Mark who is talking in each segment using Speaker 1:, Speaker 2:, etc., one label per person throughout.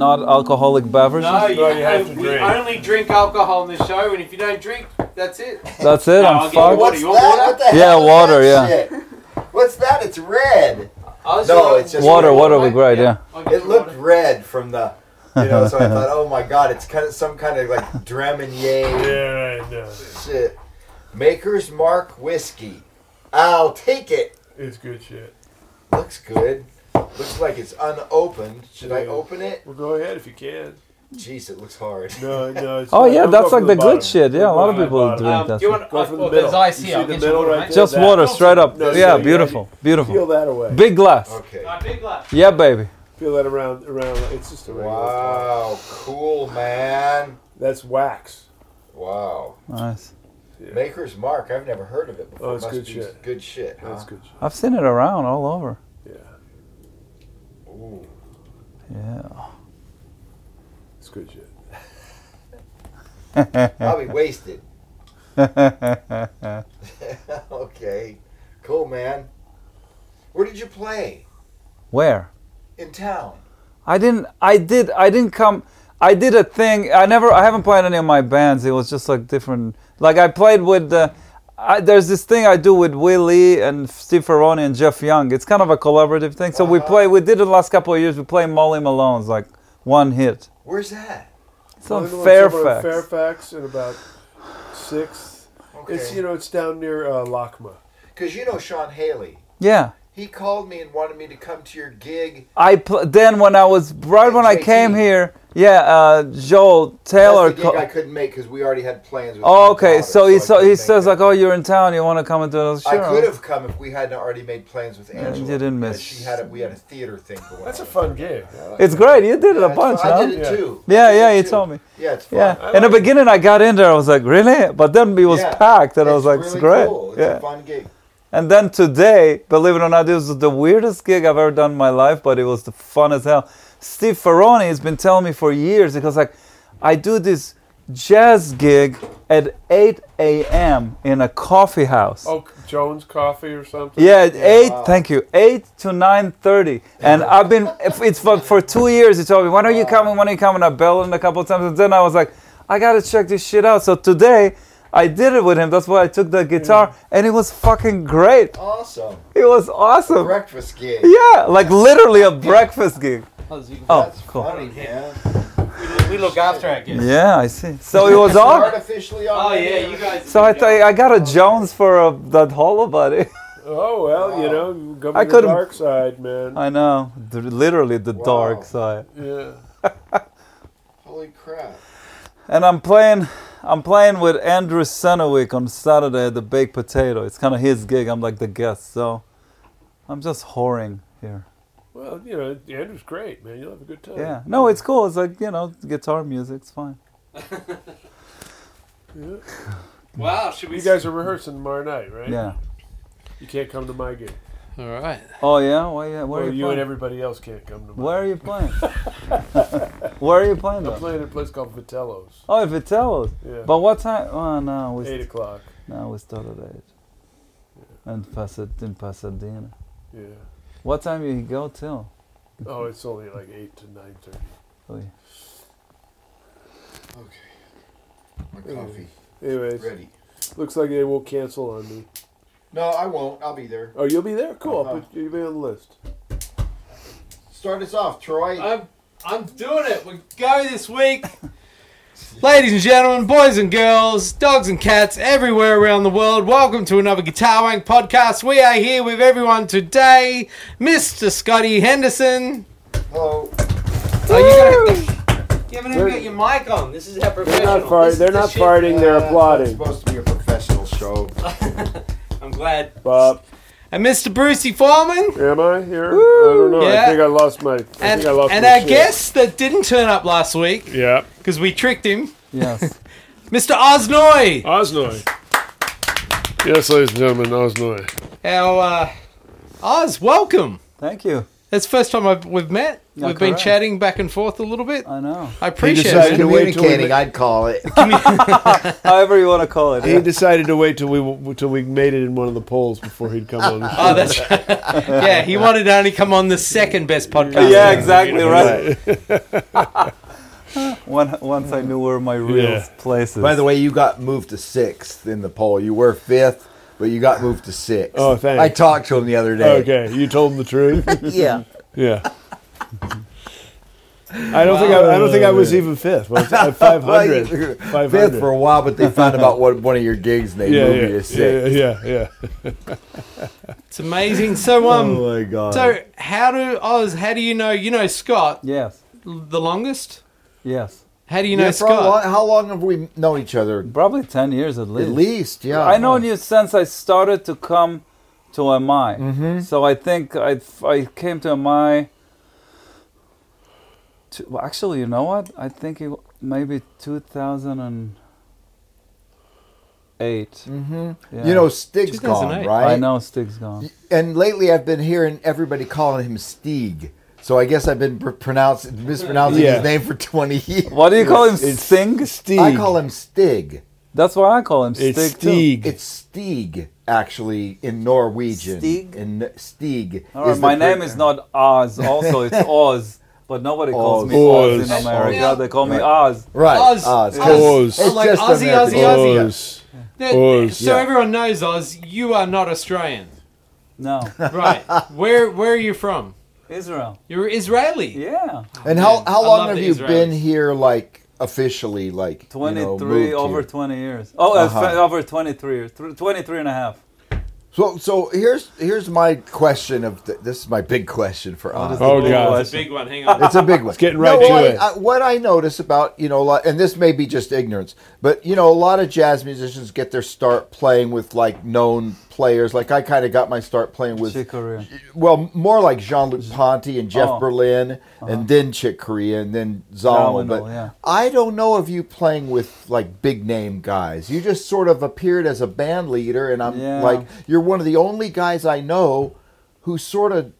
Speaker 1: alcoholic beverages?
Speaker 2: No,
Speaker 3: is what you have
Speaker 2: you-
Speaker 3: to
Speaker 2: we
Speaker 3: drink.
Speaker 2: only drink alcohol in the show, and if you don't drink, that's it.
Speaker 1: That's it.
Speaker 2: No, I'll
Speaker 1: I'm
Speaker 2: give you
Speaker 1: fucked.
Speaker 2: one.
Speaker 4: What's
Speaker 2: You
Speaker 4: that?
Speaker 2: want water?
Speaker 4: What the
Speaker 1: Yeah,
Speaker 4: hell is
Speaker 1: water,
Speaker 4: that
Speaker 1: yeah.
Speaker 4: shit? What's that? It's red.
Speaker 2: I'll
Speaker 4: No,
Speaker 2: you-
Speaker 4: it's just
Speaker 1: Water, water would be great. Yeah.
Speaker 2: I'll get
Speaker 4: It
Speaker 2: you
Speaker 4: looked
Speaker 2: water.
Speaker 4: red from the, you know. So I thought, oh my god, it's kind of some kind of like Dramonier
Speaker 3: Yeah, right. No,
Speaker 4: shit. Maker's Mark whiskey. I'll take it.
Speaker 3: it's good shit.
Speaker 4: Looks good. Looks like it's unopened. Should I open it?
Speaker 3: Well, go ahead if you can.
Speaker 4: Jeez, it looks hard.
Speaker 3: No, no. It's
Speaker 1: Oh
Speaker 3: fine.
Speaker 1: yeah,
Speaker 3: Don't
Speaker 1: that's
Speaker 3: go
Speaker 1: like
Speaker 3: for
Speaker 1: the
Speaker 3: bottom.
Speaker 1: good shit. Yeah, a
Speaker 3: Don't
Speaker 1: lot
Speaker 3: go
Speaker 1: of
Speaker 3: for the
Speaker 1: people
Speaker 3: bottom.
Speaker 1: drink
Speaker 2: Um, do
Speaker 1: that.
Speaker 2: you
Speaker 1: shit.
Speaker 2: want
Speaker 3: Go for the
Speaker 2: uh,
Speaker 3: middle.
Speaker 2: as I
Speaker 3: You
Speaker 2: see,
Speaker 3: see
Speaker 2: I'll
Speaker 3: the
Speaker 2: get you
Speaker 3: middle
Speaker 2: water,
Speaker 3: right
Speaker 2: mate.
Speaker 3: there?
Speaker 1: Just water, straight up.
Speaker 3: No,
Speaker 1: Yeah,
Speaker 3: straight-
Speaker 1: beautiful,
Speaker 3: Feel
Speaker 1: beautiful.
Speaker 3: that away.
Speaker 1: Big glass.
Speaker 4: Okay.
Speaker 2: Uh, big glass.
Speaker 1: Yeah, baby.
Speaker 3: Feel that around, around. It's just a regular. glass.
Speaker 4: Wow, cool man.
Speaker 3: That's wax.
Speaker 4: Wow.
Speaker 1: Nice.
Speaker 4: Maker's Mark. I've never heard of it before.
Speaker 3: Oh, it's
Speaker 4: Must
Speaker 3: good
Speaker 4: be
Speaker 3: shit.
Speaker 4: Good shit. Huh?
Speaker 3: That's good shit.
Speaker 1: I've seen it around all over.
Speaker 3: Yeah,
Speaker 4: Ooh.
Speaker 1: Yeah.
Speaker 3: it's good shit.
Speaker 4: I'll be wasted. okay. Cool man. Where did you play?
Speaker 1: Where?
Speaker 4: In town.
Speaker 1: I didn't. I did. I didn't come. I did a thing. I never. I haven't played any of my bands. It was just like different. Like I played with. Uh, I, there's this thing I do with Willie and Steve Ferroni and Jeff Young. It's kind of a collaborative thing. So we
Speaker 4: Uh-huh.
Speaker 1: play. We did it the last couple of years. We play Molly Malone's like one hit.
Speaker 4: Where's that?
Speaker 1: It's on
Speaker 3: Another one's over on
Speaker 1: Fairfax.
Speaker 3: Fairfax and about sixth.
Speaker 4: Okay.
Speaker 3: It's you know it's down near uh, Lakma.
Speaker 4: Cause you know Sean Haley.
Speaker 1: Yeah.
Speaker 4: He called me and wanted me to come to your gig.
Speaker 1: I pl- then when I was right when I
Speaker 4: JT.
Speaker 1: came here. Yeah. Uh, Joel Taylor.
Speaker 4: That's the
Speaker 1: co-
Speaker 4: gig I couldn't make because we already had plans. With
Speaker 1: Oh,
Speaker 4: my
Speaker 1: okay.
Speaker 4: daughter,
Speaker 1: So
Speaker 4: I
Speaker 1: he so he
Speaker 4: couldn't
Speaker 1: says
Speaker 4: make
Speaker 1: like, "Oh, you're in town. You want to come and do it?"
Speaker 4: I
Speaker 1: Sure.
Speaker 4: could have come if we hadn't already made plans with Angela.
Speaker 1: you didn't
Speaker 4: because
Speaker 1: miss.
Speaker 4: She had a, we had a theater thing going.
Speaker 3: That's a
Speaker 4: on.
Speaker 3: fun game.
Speaker 1: It's great. You did it
Speaker 4: Yeah,
Speaker 1: a
Speaker 4: it's
Speaker 1: bunch,
Speaker 4: fun.
Speaker 1: huh?
Speaker 4: I did it
Speaker 3: Yeah.
Speaker 4: too. I
Speaker 1: Yeah,
Speaker 4: did
Speaker 1: yeah,
Speaker 4: it
Speaker 1: you
Speaker 4: too.
Speaker 1: told me.
Speaker 4: Yeah, it's fun.
Speaker 1: Yeah.
Speaker 3: I
Speaker 1: In the
Speaker 3: like it.
Speaker 1: beginning, I got in there. I was like, really? But then it was
Speaker 4: Yeah.
Speaker 1: packed, and I was like,
Speaker 4: really
Speaker 1: it's great.
Speaker 4: Cool. It's
Speaker 1: yeah.
Speaker 4: a fun gig.
Speaker 1: And then today, believe it or not, this was the weirdest gig I've ever done in my life, but it was the fun as hell. Steve Ferroni has been telling me for years because like I do this jazz gig at 8 a.m. in a coffee house.
Speaker 3: Oh, Jones Coffee or something.
Speaker 1: Yeah, eight.
Speaker 4: wow.
Speaker 1: Thank you. Eight to nine thirty, and I've been. if It's for, for two years. He told me, "When are you coming? When are you coming?" I belled him a couple of times, and then I was like, "I gotta check this shit out." So today, I did it with him. That's why I took the guitar, and it was fucking great.
Speaker 4: Awesome.
Speaker 1: It was awesome.
Speaker 4: Breakfast gig.
Speaker 1: Yeah, like literally a breakfast gig. Oh,
Speaker 4: That's
Speaker 1: cool.
Speaker 4: funny, man.
Speaker 3: Oh,
Speaker 2: We look after our guests.
Speaker 1: Yeah, I see. So it was
Speaker 4: It's
Speaker 1: on.
Speaker 4: artificially
Speaker 2: Oh
Speaker 4: on the
Speaker 2: yeah,
Speaker 4: air.
Speaker 2: you guys.
Speaker 1: So I thought I got a Jones for uh that hollow buddy.
Speaker 3: Oh well, you know, you go
Speaker 1: I
Speaker 3: to the
Speaker 1: could've-
Speaker 3: dark side, man.
Speaker 1: I know, th- literally the
Speaker 4: Wow.
Speaker 1: dark side.
Speaker 3: yeah.
Speaker 4: Holy crap.
Speaker 1: And I'm playing, I'm playing with Andrew Senowick on Saturday at the Baked Potato. It's kind of his gig. I'm like the guest, so I'm just whoring here.
Speaker 3: Well, you know, Andrew's great, man. You'll have a good time.
Speaker 1: Yeah, no, it's cool. It's like you know, guitar music. It's fine.
Speaker 3: Yeah.
Speaker 2: Wow, should we?
Speaker 3: You guys are rehearsing tomorrow night, right?
Speaker 1: Yeah.
Speaker 3: You can't come to my gig.
Speaker 2: All right.
Speaker 1: Oh yeah. Why? Yeah. Where
Speaker 3: Well,
Speaker 1: are
Speaker 3: you,
Speaker 1: you,
Speaker 3: and
Speaker 1: playing?
Speaker 3: everybody else can't come to my.
Speaker 1: Where are you playing? Where are you playing?
Speaker 3: I'm
Speaker 1: Though?
Speaker 3: playing at a place called Vitello's.
Speaker 1: Oh, if it tells.
Speaker 3: Yeah.
Speaker 1: But what time? Oh no, we st-
Speaker 3: Eight o'clock.
Speaker 1: no we started at eight. And Pasad- in Pasadena.
Speaker 3: Yeah.
Speaker 1: What time you go till?
Speaker 3: Oh, it's only like eight to nine thirty.
Speaker 1: Oh, yeah.
Speaker 4: Okay. My coffee.
Speaker 3: Anyways,
Speaker 4: Ready.
Speaker 3: looks like they will cancel on me.
Speaker 4: No, I won't. I'll be there.
Speaker 3: Oh, you'll be there. Cool. I'll
Speaker 4: Uh-huh.
Speaker 3: put you you'll be on the list.
Speaker 4: Start us off, Troy.
Speaker 2: I'm I'm doing it. We go this week. Ladies and gentlemen, boys and girls, dogs and cats everywhere around the world, welcome to another Guitar Wank podcast. We are here with everyone today, Mr. Scotty Henderson.
Speaker 4: Hello.
Speaker 2: Are you gonna, you haven't even got your mic on. This is how
Speaker 3: They're
Speaker 2: professional.
Speaker 3: not, far-
Speaker 2: this is
Speaker 3: they're
Speaker 2: the
Speaker 3: not
Speaker 2: shit.
Speaker 3: farting. They're
Speaker 4: Uh,
Speaker 3: applauding.
Speaker 4: It's not supposed to be a professional show.
Speaker 2: I'm glad.
Speaker 3: Bob,
Speaker 2: And Mr. Brucey Foreman.
Speaker 3: am I here? I don't know. I
Speaker 2: Yeah.
Speaker 3: think I lost my. I
Speaker 2: And,
Speaker 3: think I lost
Speaker 2: and
Speaker 3: my
Speaker 2: our
Speaker 3: shit.
Speaker 2: guest that didn't turn up last week
Speaker 3: Yeah,
Speaker 2: because we tricked him,
Speaker 1: Yes.
Speaker 2: Mr. Osnoy.
Speaker 3: Osnoy. Yes, ladies and gentlemen, Osnoy.
Speaker 2: Our uh, Oz, welcome.
Speaker 1: Thank you.
Speaker 2: That's the first time I've, we've met.
Speaker 1: Yeah,
Speaker 2: we've been
Speaker 1: correct. Uh,
Speaker 2: chatting back and forth a little bit.
Speaker 1: I know.
Speaker 2: I appreciate
Speaker 4: Besides
Speaker 3: decided
Speaker 2: it.
Speaker 3: to wait till we
Speaker 4: communicating,
Speaker 3: ma-
Speaker 4: I'd call it.
Speaker 1: However you want to call it.
Speaker 3: He
Speaker 1: yeah.
Speaker 3: decided to wait till we till we made it in one of the polls before he'd come on. the
Speaker 2: Oh, that's yeah. He wanted to only come on the second best podcast.
Speaker 1: Yeah, exactly right. One, once I knew where my real
Speaker 3: Yeah.
Speaker 1: places.
Speaker 4: By the way, you got moved to sixth in the poll. You were fifth, but you got moved to sixth.
Speaker 3: Oh, thanks.
Speaker 4: I talked to him the other day.
Speaker 3: Okay, you told him the truth.
Speaker 4: Yeah.
Speaker 3: Yeah. I don't think I, I don't think I was even fifth. Was I five
Speaker 4: Well,
Speaker 3: hundred?
Speaker 4: you- Fifth for a while, but they found about one, one of your gigs and they
Speaker 3: yeah,
Speaker 4: moved you
Speaker 3: yeah,
Speaker 4: to
Speaker 3: yeah,
Speaker 4: sixth.
Speaker 3: yeah, yeah.
Speaker 2: It's amazing. So um,
Speaker 4: oh my god.
Speaker 2: so how do Oz? How do you know? You know Scott
Speaker 1: yes,
Speaker 2: the longest.
Speaker 1: yes,
Speaker 2: How do you
Speaker 4: Yeah,
Speaker 2: know
Speaker 4: for how long-
Speaker 2: Scott?
Speaker 4: how long have we known each other?
Speaker 1: probably ten years at
Speaker 4: At
Speaker 1: least.
Speaker 4: least, yeah.
Speaker 1: I known you since I started to come to MI.
Speaker 4: Mm-hmm.
Speaker 1: So I think I I came to MI. To, well, actually, you know what? I think it maybe two thousand and eight.
Speaker 4: hmm
Speaker 1: Yeah.
Speaker 4: You know, Stig's
Speaker 2: 2008.
Speaker 4: gone, right?
Speaker 1: I know Stig's gone.
Speaker 4: And lately, I've been hearing everybody calling him Stieg. So I guess I've been pr- pronouncing mispronouncing
Speaker 3: Yeah.
Speaker 4: his name for twenty years.
Speaker 1: What do you call him?
Speaker 3: It's
Speaker 1: Sting.
Speaker 3: Stieg.
Speaker 4: I call him Stig.
Speaker 1: That's why I call him Stig.
Speaker 3: it's
Speaker 1: too.
Speaker 3: Stieg.
Speaker 4: It's Stieg, actually, in Norwegian.
Speaker 1: Stieg?
Speaker 4: In Stieg.
Speaker 1: All right,
Speaker 4: the
Speaker 1: my
Speaker 4: pre-
Speaker 1: name is not Oz. Also, it's Oz, but nobody calls
Speaker 4: Oz.
Speaker 1: me Oz,
Speaker 3: Oz.
Speaker 1: in America.
Speaker 2: Yeah.
Speaker 1: They call me
Speaker 4: Right.
Speaker 1: Oz.
Speaker 4: Right.
Speaker 2: Oz.
Speaker 4: Oz.
Speaker 3: Oz.
Speaker 4: It's
Speaker 2: Like
Speaker 4: just
Speaker 2: Ozzy,
Speaker 4: American.
Speaker 2: Ozzy, Ozzy.
Speaker 3: Oz.
Speaker 2: That-
Speaker 3: Oz,
Speaker 2: so
Speaker 4: yeah.
Speaker 2: everyone knows Oz. You are not Australian,
Speaker 1: No,
Speaker 2: right? where Where are you from?
Speaker 1: Israel.
Speaker 2: You're Israeli.
Speaker 1: Yeah,
Speaker 4: And how,
Speaker 2: I
Speaker 4: how
Speaker 2: love
Speaker 4: long have
Speaker 2: the
Speaker 4: you been
Speaker 2: Israelis.
Speaker 4: here, like, officially? Like, you know,
Speaker 1: twenty-three
Speaker 4: moved
Speaker 1: over
Speaker 4: here?
Speaker 1: twenty years. Oh, uh,
Speaker 4: Uh-huh.
Speaker 1: fe- over twenty-three years. Th- twenty-three and a half.
Speaker 4: So, so here's here's my question of the, this is my big question for Oz.
Speaker 1: is it?
Speaker 3: Oh
Speaker 1: Big
Speaker 3: God.
Speaker 2: It's
Speaker 1: West.
Speaker 2: a big one. Hang on.
Speaker 4: It's a big one. It's
Speaker 3: getting right to
Speaker 4: what
Speaker 3: it.
Speaker 4: I, I, what I notice about you know, a lot, and this may be just ignorance, but you know, a lot of jazz musicians get their start playing with like known players. Like I kind of got my start playing with,
Speaker 1: Chick Corea.
Speaker 4: well, more like Jean Luc Ponty and Jeff
Speaker 1: Oh.
Speaker 4: Berlin, and then Chick Corea, and then Uh-huh. Zalman.
Speaker 1: Domino,
Speaker 4: But
Speaker 1: yeah.
Speaker 4: I don't know of you playing with like big name guys. You just sort of appeared as a band leader, and I'm
Speaker 1: Yeah.
Speaker 4: like, you're one of the only guys I know who sort of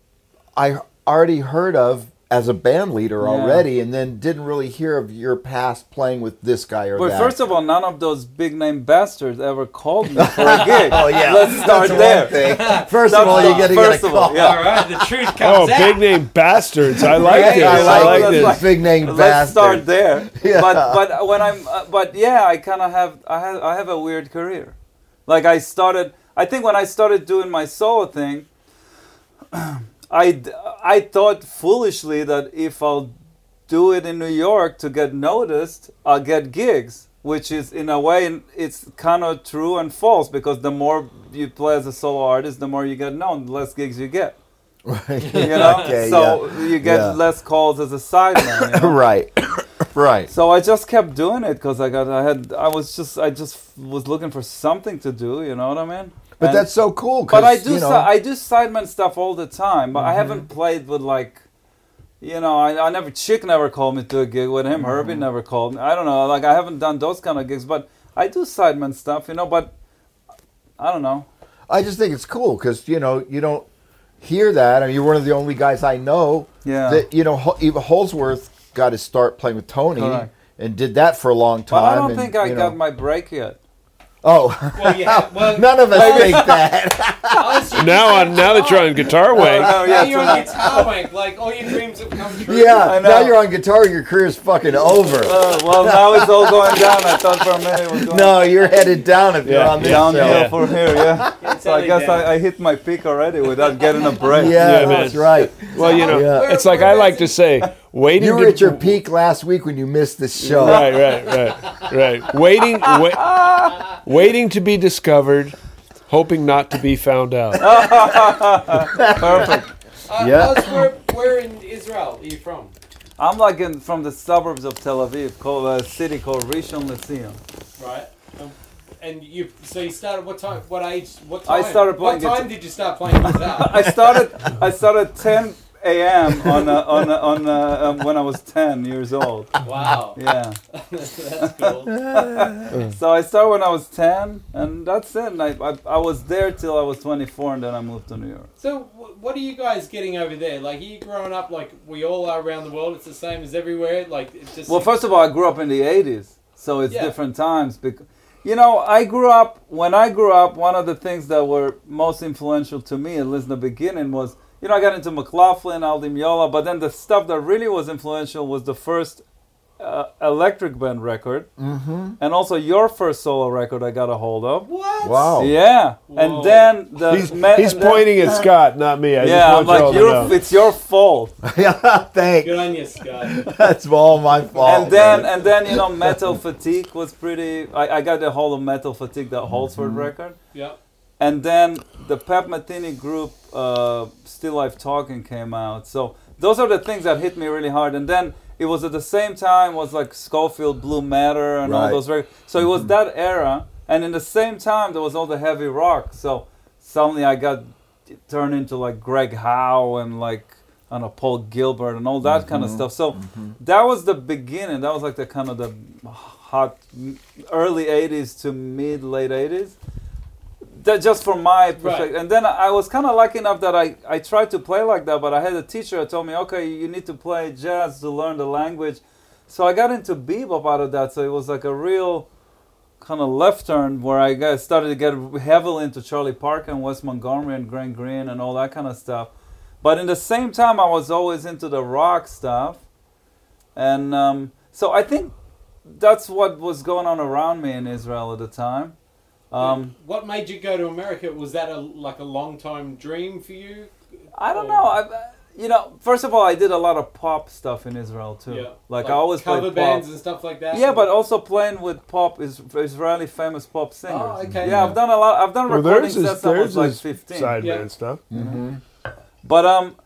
Speaker 4: I already heard of as a band leader
Speaker 1: Yeah.
Speaker 4: already, and then didn't really hear of your past playing with this guy or
Speaker 1: But
Speaker 4: that.
Speaker 1: first of all, none of those big name bastards ever called me for a gig.
Speaker 4: oh yeah,
Speaker 1: let's start
Speaker 4: That's one
Speaker 1: there.
Speaker 4: thing. First
Speaker 1: That's
Speaker 4: of all, you
Speaker 1: not-
Speaker 4: get to
Speaker 1: first
Speaker 4: get a
Speaker 1: of all,
Speaker 4: call.
Speaker 1: yeah.
Speaker 2: All right, the truth
Speaker 3: Oh,
Speaker 2: comes out.
Speaker 3: big name bastards! I like
Speaker 1: Yeah,
Speaker 3: this.
Speaker 1: I
Speaker 3: I
Speaker 1: like
Speaker 3: like
Speaker 1: this.
Speaker 3: this.
Speaker 4: Big name
Speaker 1: Let's
Speaker 4: bastard.
Speaker 1: start there.
Speaker 4: Yeah.
Speaker 1: But but when I'm uh, but yeah, I kind of have I have I have a weird career. Like I started, I think when I started doing my solo thing, I d- I thought foolishly that if I'll do it in New York to get noticed, I'll get gigs. Which is in a way it's kind of true and false because the more you play as a solo artist, the more you get known, the less gigs you get. You know,
Speaker 4: Okay,
Speaker 1: so you get
Speaker 4: Yeah.
Speaker 1: less calls as a sideman. You know?
Speaker 4: right, right.
Speaker 1: So I just kept doing it because I got, I had, I was just, I just was looking for something to do. You know what I mean?
Speaker 4: But
Speaker 1: And-
Speaker 4: that's so cool. 'cause,
Speaker 1: but I do,
Speaker 4: you know, Mm-hmm.
Speaker 1: si- I do sideman stuff all the time. But I haven't played with like, you know, I, I never Chick never called me to a gig with him. Herbie
Speaker 4: Mm-hmm.
Speaker 1: never called me. I don't know. Like I haven't done those kind of gigs, but I do sideman stuff. You know, but I don't know.
Speaker 4: I just think it's cool because you know you don't hear that. I mean, you're one of the only guys I know
Speaker 1: Yeah.
Speaker 4: that you know. Ho- even Holsworth got his start playing with Tony
Speaker 1: Correct.
Speaker 4: and did that for a long time.
Speaker 1: But I don't
Speaker 4: and,
Speaker 1: think I
Speaker 4: you know-
Speaker 1: got my break yet.
Speaker 4: Oh,
Speaker 2: Well, yeah. Well,
Speaker 4: none of us think that.
Speaker 2: Oz, you-
Speaker 3: Now, on, now that you're on Guitar Wank,
Speaker 1: Oh,
Speaker 2: now
Speaker 1: yeah,
Speaker 2: you're
Speaker 1: so-
Speaker 2: on guitar wank. Like all your dreams have come true.
Speaker 4: yeah,
Speaker 1: I
Speaker 4: now
Speaker 1: know.
Speaker 4: you're on guitar. Your career's fucking over.
Speaker 1: Uh, well, now it's all going down. I thought for a minute it was going
Speaker 4: No, you're headed down if you're
Speaker 3: Yeah.
Speaker 4: on this
Speaker 1: downhill
Speaker 4: show.
Speaker 3: Yeah.
Speaker 1: from here. Yeah.
Speaker 2: It's
Speaker 1: So I
Speaker 2: only
Speaker 1: guess
Speaker 2: down.
Speaker 1: I, I hit my peak already without getting a
Speaker 4: Yeah,
Speaker 1: break.
Speaker 3: man.
Speaker 4: that's right.
Speaker 3: well, you know,
Speaker 4: Yeah.
Speaker 3: it's like I like to say, waiting.
Speaker 4: You were
Speaker 3: to,
Speaker 4: at your peak last week when you missed this show.
Speaker 3: Right, right, right, right. Waiting, wait, waiting to be discovered, hoping not to be found out.
Speaker 1: Oh, Perfect.
Speaker 2: Uh,
Speaker 4: Yeah.
Speaker 2: Oz, where, where in Israel are you from?
Speaker 1: I'm like in, from the suburbs of Tel Aviv, called a city called Rishon LeZion.
Speaker 2: Right. Um, and you. So you started. What time? What age? What
Speaker 1: I
Speaker 2: time?
Speaker 1: started
Speaker 2: What
Speaker 1: playing
Speaker 2: time did you start playing guitar?
Speaker 1: I started I started 10 a.m. on uh, on uh, on uh, um, when I was 10 years old.
Speaker 5: Wow.
Speaker 1: Yeah.
Speaker 5: That's cool.
Speaker 1: So I started when I was 10, and that's it. And I, I, I was there till I was 24, and then I moved to New York.
Speaker 5: So, wh- what are you guys getting over there? Like, are you growing up like we all are around the world? It's the same as everywhere? Like, it's just.
Speaker 1: Well, first of all, I grew up in the 80s, so it's
Speaker 5: Yeah.
Speaker 1: different times. Because, you know, I grew up, when I grew up, one of the things that were most influential to me, at least in the beginning, was, you know, I got into McLaughlin, Aldi Miola, but then the stuff that really was influential was the first uh, Electric Band record,
Speaker 5: Mm-hmm.
Speaker 1: and also your first solo record I got a hold of.
Speaker 5: What?
Speaker 4: Wow.
Speaker 1: Yeah,
Speaker 5: Whoa.
Speaker 1: and then the
Speaker 3: He's,
Speaker 1: me-
Speaker 3: he's
Speaker 1: and then-
Speaker 3: pointing at Scott, not me.
Speaker 1: Yeah,
Speaker 3: I
Speaker 1: I'm
Speaker 3: just want
Speaker 1: like
Speaker 3: you all
Speaker 1: you're,
Speaker 3: to know.
Speaker 1: it's your fault.
Speaker 4: yeah, thanks.
Speaker 5: Good on you, Scott.
Speaker 4: That's all my fault.
Speaker 1: and then
Speaker 4: man.
Speaker 1: and then you know, Metal Fatigue was pretty. I, I got the whole of Metal Fatigue, that Holtzford record,
Speaker 5: yep.
Speaker 1: and then the Pep Metheny group, uh, Still Life Talking came out. So those are the things that hit me really hard. And then it was at the same time was like Schofield Blue Matter and all
Speaker 4: Right.
Speaker 1: those records. So it was that era, and in the same time there was all the heavy rock. So suddenly I got turned into like Greg Howe and like I don't know Paul Gilbert and all that kind of stuff. So that was the beginning. That was like the kind of the hot m- early '80s to mid late '80s. That just from my perspective. And then I was kind of lucky enough that I I tried to play like that, but I had a teacher that told me, okay, you need to play jazz to learn the language. So I got into bebop out of that. So it was like a real kind of left turn where I got started to get heavily into Charlie Parker and Wes Montgomery and Grant Green and all that kind of stuff. But in the same time, I was always into the rock stuff, and um, so I think that's what was going on around me in Israel at the time. Um,
Speaker 5: what made you go to America? Was that a like a long time dream for you?
Speaker 1: I don't know. I, you know, first of all, I did a lot of pop stuff in Israel too. Like, I always played
Speaker 5: cover
Speaker 1: pop.
Speaker 5: bands and stuff like that.
Speaker 1: Yeah, but also playing with pop is Israeli famous pop singers.
Speaker 5: Oh, okay.
Speaker 1: Yeah, I've done a lot. I've done
Speaker 3: Well,
Speaker 1: recording
Speaker 3: there's his-
Speaker 1: sets. I was
Speaker 3: there's
Speaker 1: like
Speaker 3: his
Speaker 1: fifteen.
Speaker 3: side
Speaker 5: Yeah.
Speaker 3: man stuff.
Speaker 1: But um,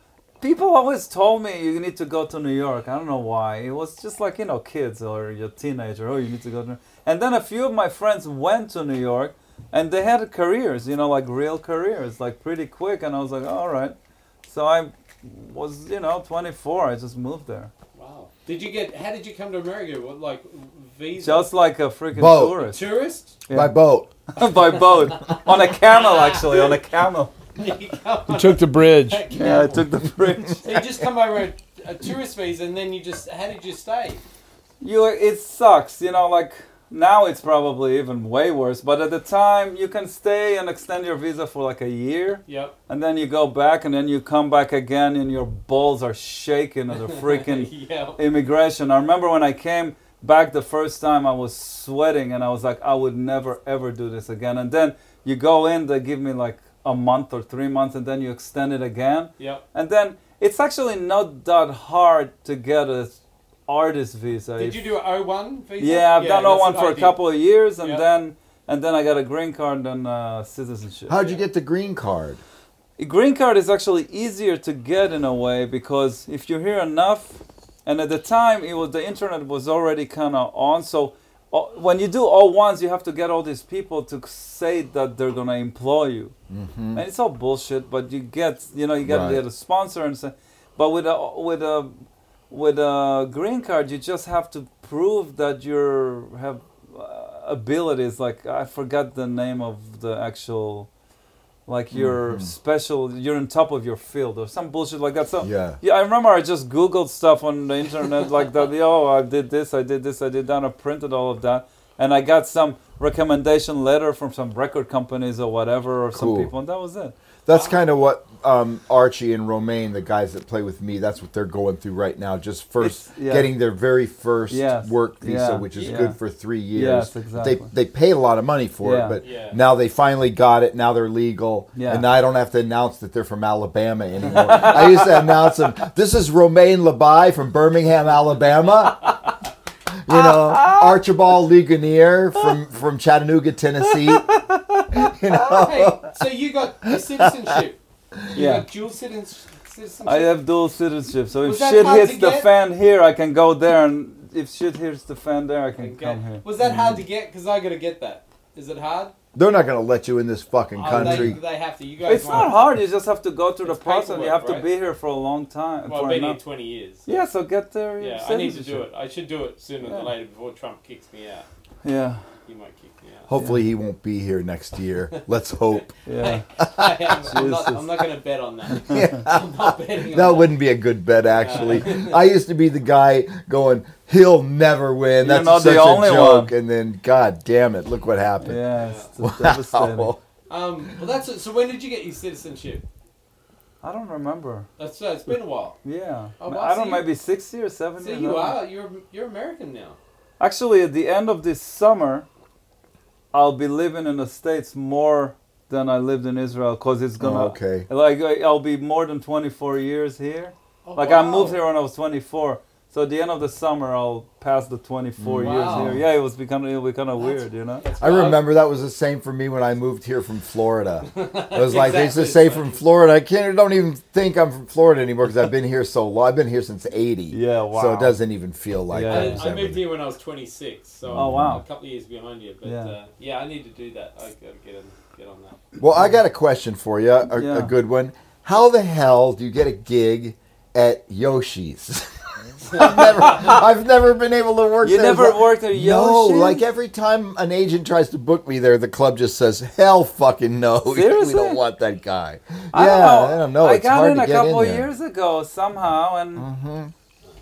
Speaker 1: people always told me you need to go to New York. I don't know why. It was just like you know, kids or your teenager. Oh, you need to go to. And then a few of my friends went to New York, and they had careers. You know, like real careers, like pretty quick. And I was like, all right. So I was, you know, 24. I just moved there,
Speaker 5: Wow. Did you get? How did you come to America? What like visa?
Speaker 1: just like a freaking
Speaker 4: Boat.
Speaker 1: tourist
Speaker 5: tourist?
Speaker 1: Yeah.
Speaker 4: my boat.
Speaker 1: by boat on a camel, actually on a camel.
Speaker 5: You come
Speaker 3: He took the bridge.
Speaker 5: back
Speaker 1: Yeah, I
Speaker 5: now.
Speaker 1: took the bridge.
Speaker 5: So you just come over a, a tourist visa, and then you just how did you stay?
Speaker 1: you it sucks you know like now it's probably even way worse but at the time you can stay and extend your visa for like a year
Speaker 5: Yep.
Speaker 1: and then you go back and then you come back again and your balls are shaking at the freaking
Speaker 5: yeah.
Speaker 1: immigration i remember when i came back the first time i was sweating and i was like i would never ever do this again and then you go in they give me like a month or three months and then you extend it again
Speaker 5: Yep.
Speaker 1: and then it's actually not that hard to get a artist visa
Speaker 5: Did
Speaker 1: if
Speaker 5: you do a 01 visa?
Speaker 1: yeah, I've done
Speaker 5: that's
Speaker 1: O one
Speaker 5: what
Speaker 1: for
Speaker 5: I
Speaker 1: a
Speaker 5: did.
Speaker 1: couple of years, and
Speaker 5: Yeah.
Speaker 1: then and then I got a green card and uh, citizenship.
Speaker 4: How'd you get the green card?
Speaker 1: A green card is actually easier to get in a way because if you're here enough, and at the time it was the internet was already kind of on, so. uh, When you do all ones, you have to get all these people to say that they're gonna employ you, and it's all bullshit. But you get, you know, you got to
Speaker 4: Right.
Speaker 1: get a sponsor and say, but with a with a with a green card, you just have to prove that you have uh, abilities. Like I forgot the name of the actual, like you're
Speaker 4: Mm-hmm.
Speaker 1: special. You're on top of your field or some bullshit like that. So
Speaker 4: Yeah.
Speaker 1: I remember I just Googled stuff on the internet like that. Oh, I did this, I did this, I did that. I printed all of that, and I got some recommendation letter from some record companies or whatever or
Speaker 4: Cool.
Speaker 1: some people, and that was it.
Speaker 4: That's kind of what um, Archie and Romaine, the guys that play with me, that's what they're going through right now. Just first
Speaker 1: It's- yeah.
Speaker 4: getting their very first
Speaker 1: Yes.
Speaker 4: work visa,
Speaker 1: Yeah.
Speaker 4: which is
Speaker 1: Yeah.
Speaker 4: good for three years.
Speaker 1: Yes, exactly.
Speaker 4: They they paid a lot of money for
Speaker 1: Yeah.
Speaker 4: it, but
Speaker 5: Yeah.
Speaker 4: now they finally got it. Now they're legal,
Speaker 1: Yeah.
Speaker 4: and I don't have to announce that they're from Alabama anymore. I used to announce them. This is Romaine Labai from Birmingham, Alabama. You know, Archibald Ligonier from from Chattanooga, Tennessee.
Speaker 5: Oh, Hey, so you got your citizenship. You
Speaker 1: Yeah.
Speaker 5: got dual citizens- citizenship.
Speaker 1: I have dual citizenship, so
Speaker 5: Was
Speaker 1: if
Speaker 5: that
Speaker 1: shit
Speaker 5: hard to
Speaker 1: hits the
Speaker 5: get?
Speaker 1: fan here, I can go there, and if shit hits the fan there, I can
Speaker 5: Okay.
Speaker 1: come here. Mm.
Speaker 5: Was that hard to get? Because I got to get that. Is it hard?
Speaker 4: They're not going to let you in this fucking
Speaker 5: Oh, they-
Speaker 4: country.
Speaker 5: They, have to. You guys.
Speaker 1: It's not
Speaker 5: won't.
Speaker 1: hard. You just have to go through the
Speaker 5: It's
Speaker 1: process. You
Speaker 5: paperwork,
Speaker 1: have to
Speaker 5: right?
Speaker 1: be here for a long time.
Speaker 5: Well,
Speaker 1: for
Speaker 5: I've been here
Speaker 1: enough-
Speaker 5: 20 years.
Speaker 1: Yeah, so get there.
Speaker 5: Yeah, I need to do it. I should do it sooner
Speaker 1: Yeah.
Speaker 5: than later before Trump kicks me out.
Speaker 1: Yeah,
Speaker 5: He might kick me out.
Speaker 4: Hopefully, he won't be here next year. Let's hope.
Speaker 1: yeah.
Speaker 5: I am, I'm not,
Speaker 1: Jesus.
Speaker 5: I'm not going to bet on that. I'm not betting on
Speaker 4: That wouldn't be a good bet, actually. I used to be the guy going, "He'll never win."
Speaker 1: You're
Speaker 4: That's
Speaker 1: not the
Speaker 4: such
Speaker 1: only
Speaker 4: a joke.
Speaker 1: one.
Speaker 4: And then, God damn it, look what happened.
Speaker 1: Yeah, it's
Speaker 4: Wow. Oh,
Speaker 1: devastating.
Speaker 5: Um, well, that's it. So when did you get your citizenship?
Speaker 1: I don't remember.
Speaker 5: That's uh, it's been a while.
Speaker 1: Yeah,
Speaker 5: Oh, well,
Speaker 1: I
Speaker 5: so
Speaker 1: don't.
Speaker 5: you-
Speaker 1: Maybe six years, seven
Speaker 5: So
Speaker 1: years.
Speaker 5: you
Speaker 1: old.
Speaker 5: are you're you're American now.
Speaker 1: Actually, at the end of this summer, I'll be living in the states more than I lived in Israel because it's gonna.
Speaker 4: Oh, okay.
Speaker 1: Like I- I'll be more than 24 years here.
Speaker 5: Oh,
Speaker 1: Like I
Speaker 5: wow.
Speaker 1: moved here when I was 24. So at the end of the summer, I'll pass the 24
Speaker 5: Mm, Wow.
Speaker 1: years here. Yeah, it was becoming it'll be kind of weird, you know.
Speaker 5: That's
Speaker 4: I
Speaker 5: wild.
Speaker 4: remember that was the same for me when I moved here from Florida. I was like, they used to
Speaker 5: Exactly.
Speaker 4: say from Florida. I can't. I don't even think I'm from Florida anymore because I've been here so long. I've been here since '80.
Speaker 1: Yeah,
Speaker 4: So
Speaker 1: wow.
Speaker 4: it doesn't even feel like
Speaker 1: Yeah.
Speaker 5: I,
Speaker 4: that.
Speaker 5: did-
Speaker 4: was
Speaker 5: I
Speaker 4: ever-
Speaker 5: moved here when I was 26, so
Speaker 1: Oh,
Speaker 5: I'm
Speaker 1: wow.
Speaker 5: a couple of years behind you. But
Speaker 1: Yeah.
Speaker 5: yeah, uh, yeah I need to do that. I gotta get on, get on that.
Speaker 4: Well, I got a question for you, a,
Speaker 1: Yeah.
Speaker 4: a good one. How the hell do you get a gig at Yoshi's? I've, never, I've never been able to work
Speaker 1: You
Speaker 4: there.
Speaker 1: never worked at
Speaker 4: No,
Speaker 1: Yoshi's?
Speaker 4: like every time an agent tries to book me there, the club just says, hell fucking no. we
Speaker 1: Seriously?
Speaker 4: don't want that guy.
Speaker 1: I
Speaker 4: yeah,
Speaker 1: don't know.
Speaker 4: I don't know.
Speaker 1: I
Speaker 4: it's
Speaker 1: got
Speaker 4: hard
Speaker 1: in
Speaker 4: to
Speaker 1: a
Speaker 4: get
Speaker 1: couple
Speaker 4: in there. Mm-hmm.
Speaker 1: years ago somehow, and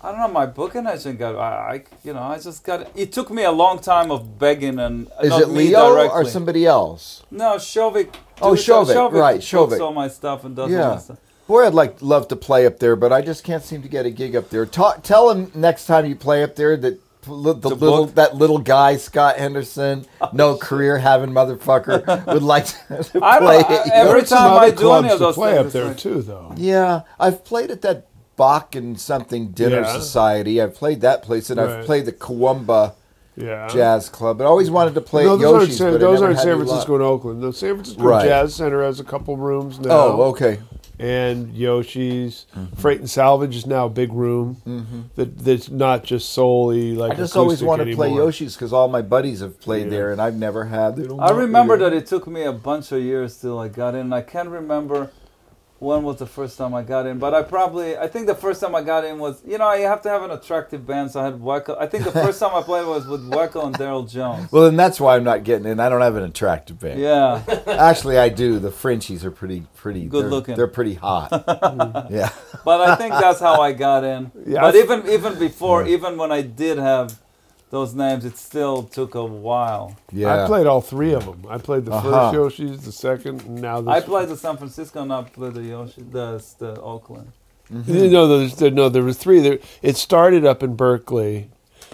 Speaker 1: I don't know. My booking agent got. I, I, you know, I just got. It took me a long time of begging and
Speaker 4: Is
Speaker 1: not
Speaker 4: it
Speaker 1: me
Speaker 4: Leo or
Speaker 1: directly.
Speaker 4: somebody else?
Speaker 1: No, Shovik.
Speaker 4: Oh,
Speaker 1: dude, so
Speaker 4: Shovik, right,
Speaker 1: books
Speaker 4: Shovik.
Speaker 1: all my stuff and does all my
Speaker 4: Yeah.
Speaker 1: stuff.
Speaker 4: Boy, I'd like love to play up there, but I just can't seem to get a gig up there. Ta tell him next time you play up there that pl- the
Speaker 1: To
Speaker 4: little
Speaker 1: book.
Speaker 4: that little guy Scott Henderson,
Speaker 3: Oh,
Speaker 4: no career having motherfucker, would like to, to
Speaker 1: I
Speaker 4: play.
Speaker 1: don't. I,
Speaker 4: at
Speaker 1: every
Speaker 3: There's some
Speaker 1: time I
Speaker 3: other
Speaker 1: do any
Speaker 3: clubs
Speaker 1: of
Speaker 3: to
Speaker 1: those
Speaker 3: play
Speaker 1: things,
Speaker 3: up
Speaker 1: it's
Speaker 3: there
Speaker 1: like-
Speaker 3: too, though.
Speaker 4: Yeah, I've played at that Bach and something dinner
Speaker 3: Yeah.
Speaker 4: society. I've played that place, and I've
Speaker 3: Right.
Speaker 4: played the Coomba
Speaker 3: Yeah,
Speaker 4: Jazz Club. And I always wanted to play
Speaker 3: No,
Speaker 4: at
Speaker 3: those aren't,
Speaker 4: Yoshi's,
Speaker 3: San,
Speaker 4: but I
Speaker 3: those
Speaker 4: never
Speaker 3: aren't
Speaker 4: had
Speaker 3: San
Speaker 4: any luck.
Speaker 3: Francisco and Oakland. The San Francisco
Speaker 4: Right.
Speaker 3: Jazz Center has a couple rooms now.
Speaker 4: Oh, okay.
Speaker 3: and Yoshi's Freight and Salvage is now a big room that that's not just solely like
Speaker 4: I just always
Speaker 3: acoustic
Speaker 4: want to play
Speaker 3: anymore.
Speaker 4: Yoshi's because all my buddies have played
Speaker 3: Yeah.
Speaker 4: there, and I've never had. They don't
Speaker 1: I
Speaker 4: want me
Speaker 1: remember
Speaker 4: there.
Speaker 1: that it took me a bunch of years till I got in. I can't remember when was the first time I got in, but I probably I think the first time I got in was you know you have to have an attractive band. So I had Wacko. I think the first time I played was with Wacko and Daryl Jones.
Speaker 4: Well, then that's why I'm not getting in. I don't have an attractive band.
Speaker 1: Yeah,
Speaker 4: Actually, I do. The Frenchies are pretty, pretty
Speaker 1: Good
Speaker 4: they're,
Speaker 1: looking.
Speaker 4: They're pretty hot. yeah.
Speaker 1: but I think that's how I got in.
Speaker 3: Yeah,
Speaker 1: but
Speaker 3: I-
Speaker 1: even even before, even when I did have those names, it still took a while.
Speaker 4: Yeah.
Speaker 3: I played all three of them. I played the
Speaker 4: Uh-huh.
Speaker 3: first Yoshi's, the second, and now this.
Speaker 1: I played the San Francisco, and I played the Yoshi, the, the Oakland
Speaker 3: Mm-hmm. You know, there's, there, no, there were three. There, it started up in Berkeley,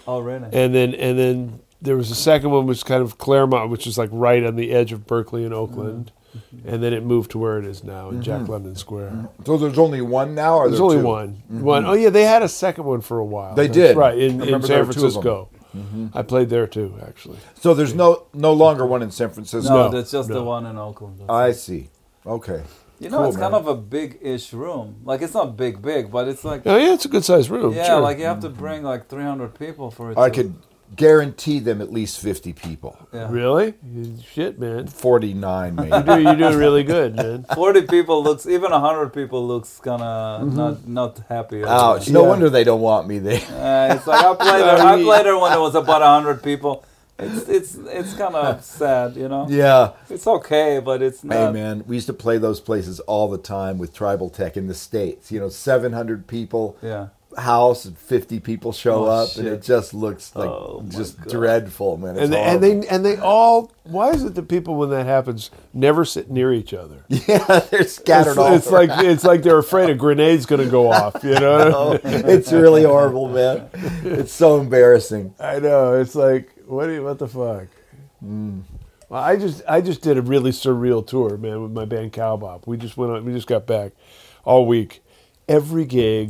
Speaker 1: already.
Speaker 3: and then and then there was a second one, which was kind of Claremont, which is like right on the edge of Berkeley and Oakland,
Speaker 4: Mm-hmm.
Speaker 3: and then it moved to where it is now in Jack London Square.
Speaker 4: So there's only one now, or
Speaker 3: There's
Speaker 4: there
Speaker 3: only
Speaker 4: two? Mm-hmm.
Speaker 3: one. One. Oh yeah, they had a second one for a while.
Speaker 4: They
Speaker 3: That's
Speaker 4: did.
Speaker 3: Right
Speaker 4: I
Speaker 3: in, in
Speaker 4: remember there
Speaker 3: San
Speaker 4: were two of Mm-hmm. 'em.
Speaker 3: Francisco. I played there too, actually.
Speaker 4: So there's no no longer one in San Francisco.
Speaker 1: No,
Speaker 3: No,
Speaker 1: that's just the
Speaker 3: no.
Speaker 1: one in Oakland.
Speaker 4: I see. Okay.
Speaker 1: You know,
Speaker 4: Cool,
Speaker 1: it's kind
Speaker 4: man.
Speaker 1: of a big-ish room. Like it's not big, big, but it's like
Speaker 3: Oh yeah, it's a good sized room.
Speaker 1: yeah,
Speaker 3: sure.
Speaker 1: like you have to bring like 300 people for it.
Speaker 4: I
Speaker 1: to-
Speaker 4: could guarantee them at least 50 people.
Speaker 1: yeah.
Speaker 3: really You- shit, man.
Speaker 4: 49 maybe.
Speaker 3: Dude, you're doing really good, man.
Speaker 1: 40 people looks even 100 people looks kind of not not happy. over
Speaker 4: Mm-hmm. Ouch.
Speaker 1: it.
Speaker 4: No
Speaker 3: Yeah.
Speaker 4: wonder they don't want me there.
Speaker 1: Uh, it's like I played her. I played her when it was about 100 people. It's it's it's kind of sad, you know.
Speaker 4: Yeah.
Speaker 1: It's okay, but it's not.
Speaker 4: Hey man, we used to play those places all the time with Tribal Tech in the states. You know, 700 people.
Speaker 1: Yeah.
Speaker 4: house and 50 people show
Speaker 1: Oh,
Speaker 4: up and
Speaker 1: shit.
Speaker 4: it just looks like
Speaker 1: Oh, my
Speaker 4: just
Speaker 1: God.
Speaker 4: dreadful man It's
Speaker 3: And they, and they and they all. Why is it that people when that happens never sit near each other?
Speaker 4: horrible. yeah they're scattered
Speaker 3: It's,
Speaker 4: all
Speaker 3: it's like it's like they're afraid a grenade's going to go off. You know.
Speaker 4: around. it's really horrible man it's so embarrassing
Speaker 3: I know. It's like what? Do you, what the fuck? Well, I just I just did a really surreal tour, man, with my band Cowbop. We just went on. We just got back all week. Every gig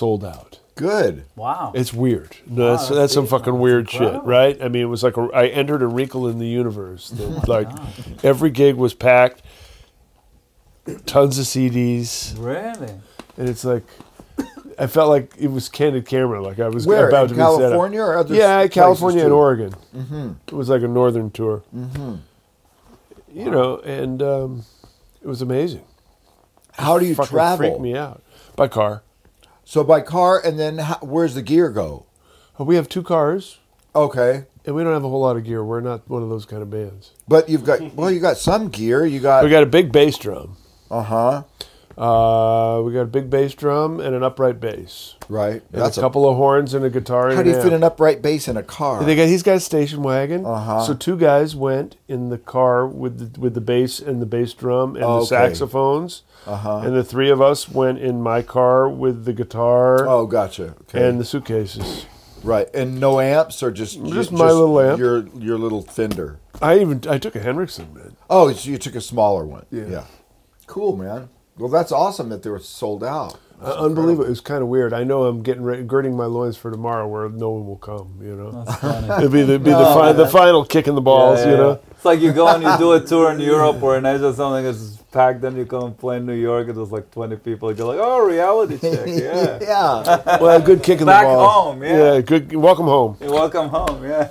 Speaker 3: sold out.
Speaker 4: good
Speaker 1: Wow.
Speaker 3: It's weird. No, that's,
Speaker 1: that's
Speaker 3: that's, some
Speaker 1: beautiful.
Speaker 3: fucking weird
Speaker 1: That's
Speaker 3: shit,
Speaker 1: incredible.
Speaker 3: right? I mean, it was like a, I entered a wrinkle in the universe. That, like every gig was packed, tons of CDs,
Speaker 1: really.
Speaker 3: and it's like I felt like it was candid camera, like I was
Speaker 4: Where
Speaker 3: about
Speaker 4: in
Speaker 3: to be
Speaker 4: California
Speaker 3: set up.
Speaker 4: or other
Speaker 3: Yeah,
Speaker 4: places Mm-hmm.
Speaker 3: California and
Speaker 4: too?
Speaker 3: Oregon. It was like a northern tour.
Speaker 4: Mm-hmm.
Speaker 3: You know, and um, it was amazing.
Speaker 4: How do you
Speaker 3: Fucking freaked me
Speaker 4: travel?
Speaker 3: out by car.
Speaker 4: So by car, and then how, where's the gear go?
Speaker 3: Oh, we have two cars,
Speaker 4: Okay,
Speaker 3: and we don't have a whole lot of gear. We're not one of those kind of bands.
Speaker 4: but you've got well, you got some gear. You got,
Speaker 3: We got a big bass drum.
Speaker 4: uh huh,
Speaker 3: Uh, we got a big bass drum and an upright bass.
Speaker 4: right.
Speaker 3: And a couple of horns and a guitar. and
Speaker 4: How do you
Speaker 3: amp.
Speaker 4: fit an upright bass in a car?
Speaker 3: They got he's got a station wagon.
Speaker 4: Uh-huh.
Speaker 3: So two guys went in the car with the, with the bass and the bass drum and
Speaker 4: Okay.
Speaker 3: the saxophones. Uh-huh. And the three of us went in my car with the guitar
Speaker 4: oh, gotcha. Okay,
Speaker 3: and the suitcases.
Speaker 4: right, and no amps or just
Speaker 3: Just my little amp.
Speaker 4: Your your little Fender.
Speaker 3: I even I took a Hendrickson man.
Speaker 4: Oh, so you took a smaller one.
Speaker 3: Yeah.
Speaker 4: Cool, man. Well, that's awesome that they were sold out.
Speaker 3: Uh, unbelievable. It was kind of weird. I know I'm getting ready, girding my loins for tomorrow where no one will come. You know,
Speaker 1: That's funny.
Speaker 3: it'd be the, be the, fi- the final kick in the balls.
Speaker 1: Yeah, yeah,
Speaker 3: you
Speaker 1: yeah.
Speaker 3: know.
Speaker 1: It's like you go and you do a tour in Europe or in Asia or something, it's packed, then you come and play in New York, and there's like 20 people. You're like, oh, reality check, yeah.
Speaker 4: Yeah.
Speaker 3: Well, a good kick in
Speaker 1: Back
Speaker 3: the balls.
Speaker 1: home, yeah.
Speaker 3: Good. Welcome home.
Speaker 1: You're welcome home, yeah.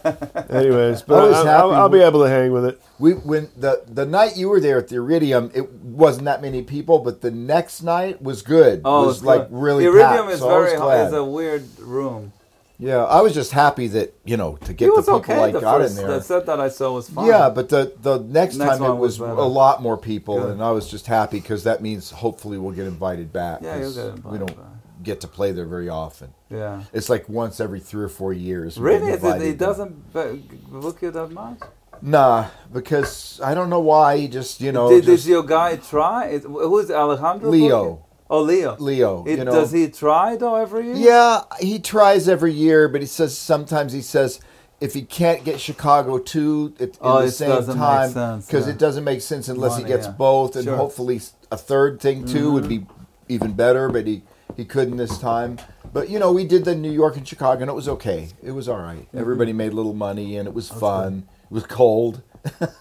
Speaker 3: Anyways, but
Speaker 4: I was
Speaker 3: I
Speaker 4: happy
Speaker 3: will I'll be
Speaker 4: with-
Speaker 3: able to hang with it.
Speaker 4: we when the the night you were there at the Iridium, it wasn't that many people, but the next night was good. it was
Speaker 1: it's
Speaker 4: like
Speaker 1: Oh, good.
Speaker 4: really
Speaker 1: Iridium
Speaker 4: packed,
Speaker 1: is
Speaker 4: so I was
Speaker 1: very hot.
Speaker 4: glad.
Speaker 1: It's a weird room.
Speaker 4: Yeah, I was just happy that you know to get
Speaker 1: it
Speaker 4: the
Speaker 1: was
Speaker 4: people
Speaker 1: okay.
Speaker 4: like
Speaker 1: the
Speaker 4: got
Speaker 1: first,
Speaker 4: in
Speaker 1: The
Speaker 4: there.
Speaker 1: set that I saw was fine.
Speaker 4: Yeah, but the the next,
Speaker 1: Next
Speaker 4: time it
Speaker 1: one was
Speaker 4: was,
Speaker 1: better.
Speaker 4: a lot more people,
Speaker 1: Good.
Speaker 4: and I was just happy because that means hopefully we'll get invited back.
Speaker 1: Yeah, you'll
Speaker 4: 'cause
Speaker 1: get
Speaker 4: we
Speaker 1: invited
Speaker 4: don't
Speaker 1: back.
Speaker 4: get to play there very often.
Speaker 1: yeah.
Speaker 4: It's like once every three or four years. we get
Speaker 1: Really, it,
Speaker 4: invited
Speaker 1: it
Speaker 4: there.
Speaker 1: doesn't b- book you that much.
Speaker 4: Nah, because I don't know why. He just you know,
Speaker 1: Did,
Speaker 4: just
Speaker 1: does your guy try? It, who is Alejandro?
Speaker 4: Leo.
Speaker 1: booking? Oh, Leo.
Speaker 4: Leo.
Speaker 1: It-
Speaker 4: you know,
Speaker 1: Does he try though every year?
Speaker 4: Yeah, he tries every year, but he says sometimes he says if he can't get Chicago two at in
Speaker 1: Oh,
Speaker 4: the
Speaker 1: it
Speaker 4: same
Speaker 1: doesn't make
Speaker 4: time
Speaker 1: sense, yeah.
Speaker 4: it doesn't make sense unless he
Speaker 1: Money,
Speaker 4: gets
Speaker 1: yeah.
Speaker 4: both, and
Speaker 1: Sure. Mm-hmm.
Speaker 4: hopefully s- a third thing too would be even better. But he he couldn't this time. But you know, we did the New York and Chicago, and it was okay. It was all
Speaker 1: Mm-hmm.
Speaker 4: right. Everybody made a little money, and it was fun. It was cold.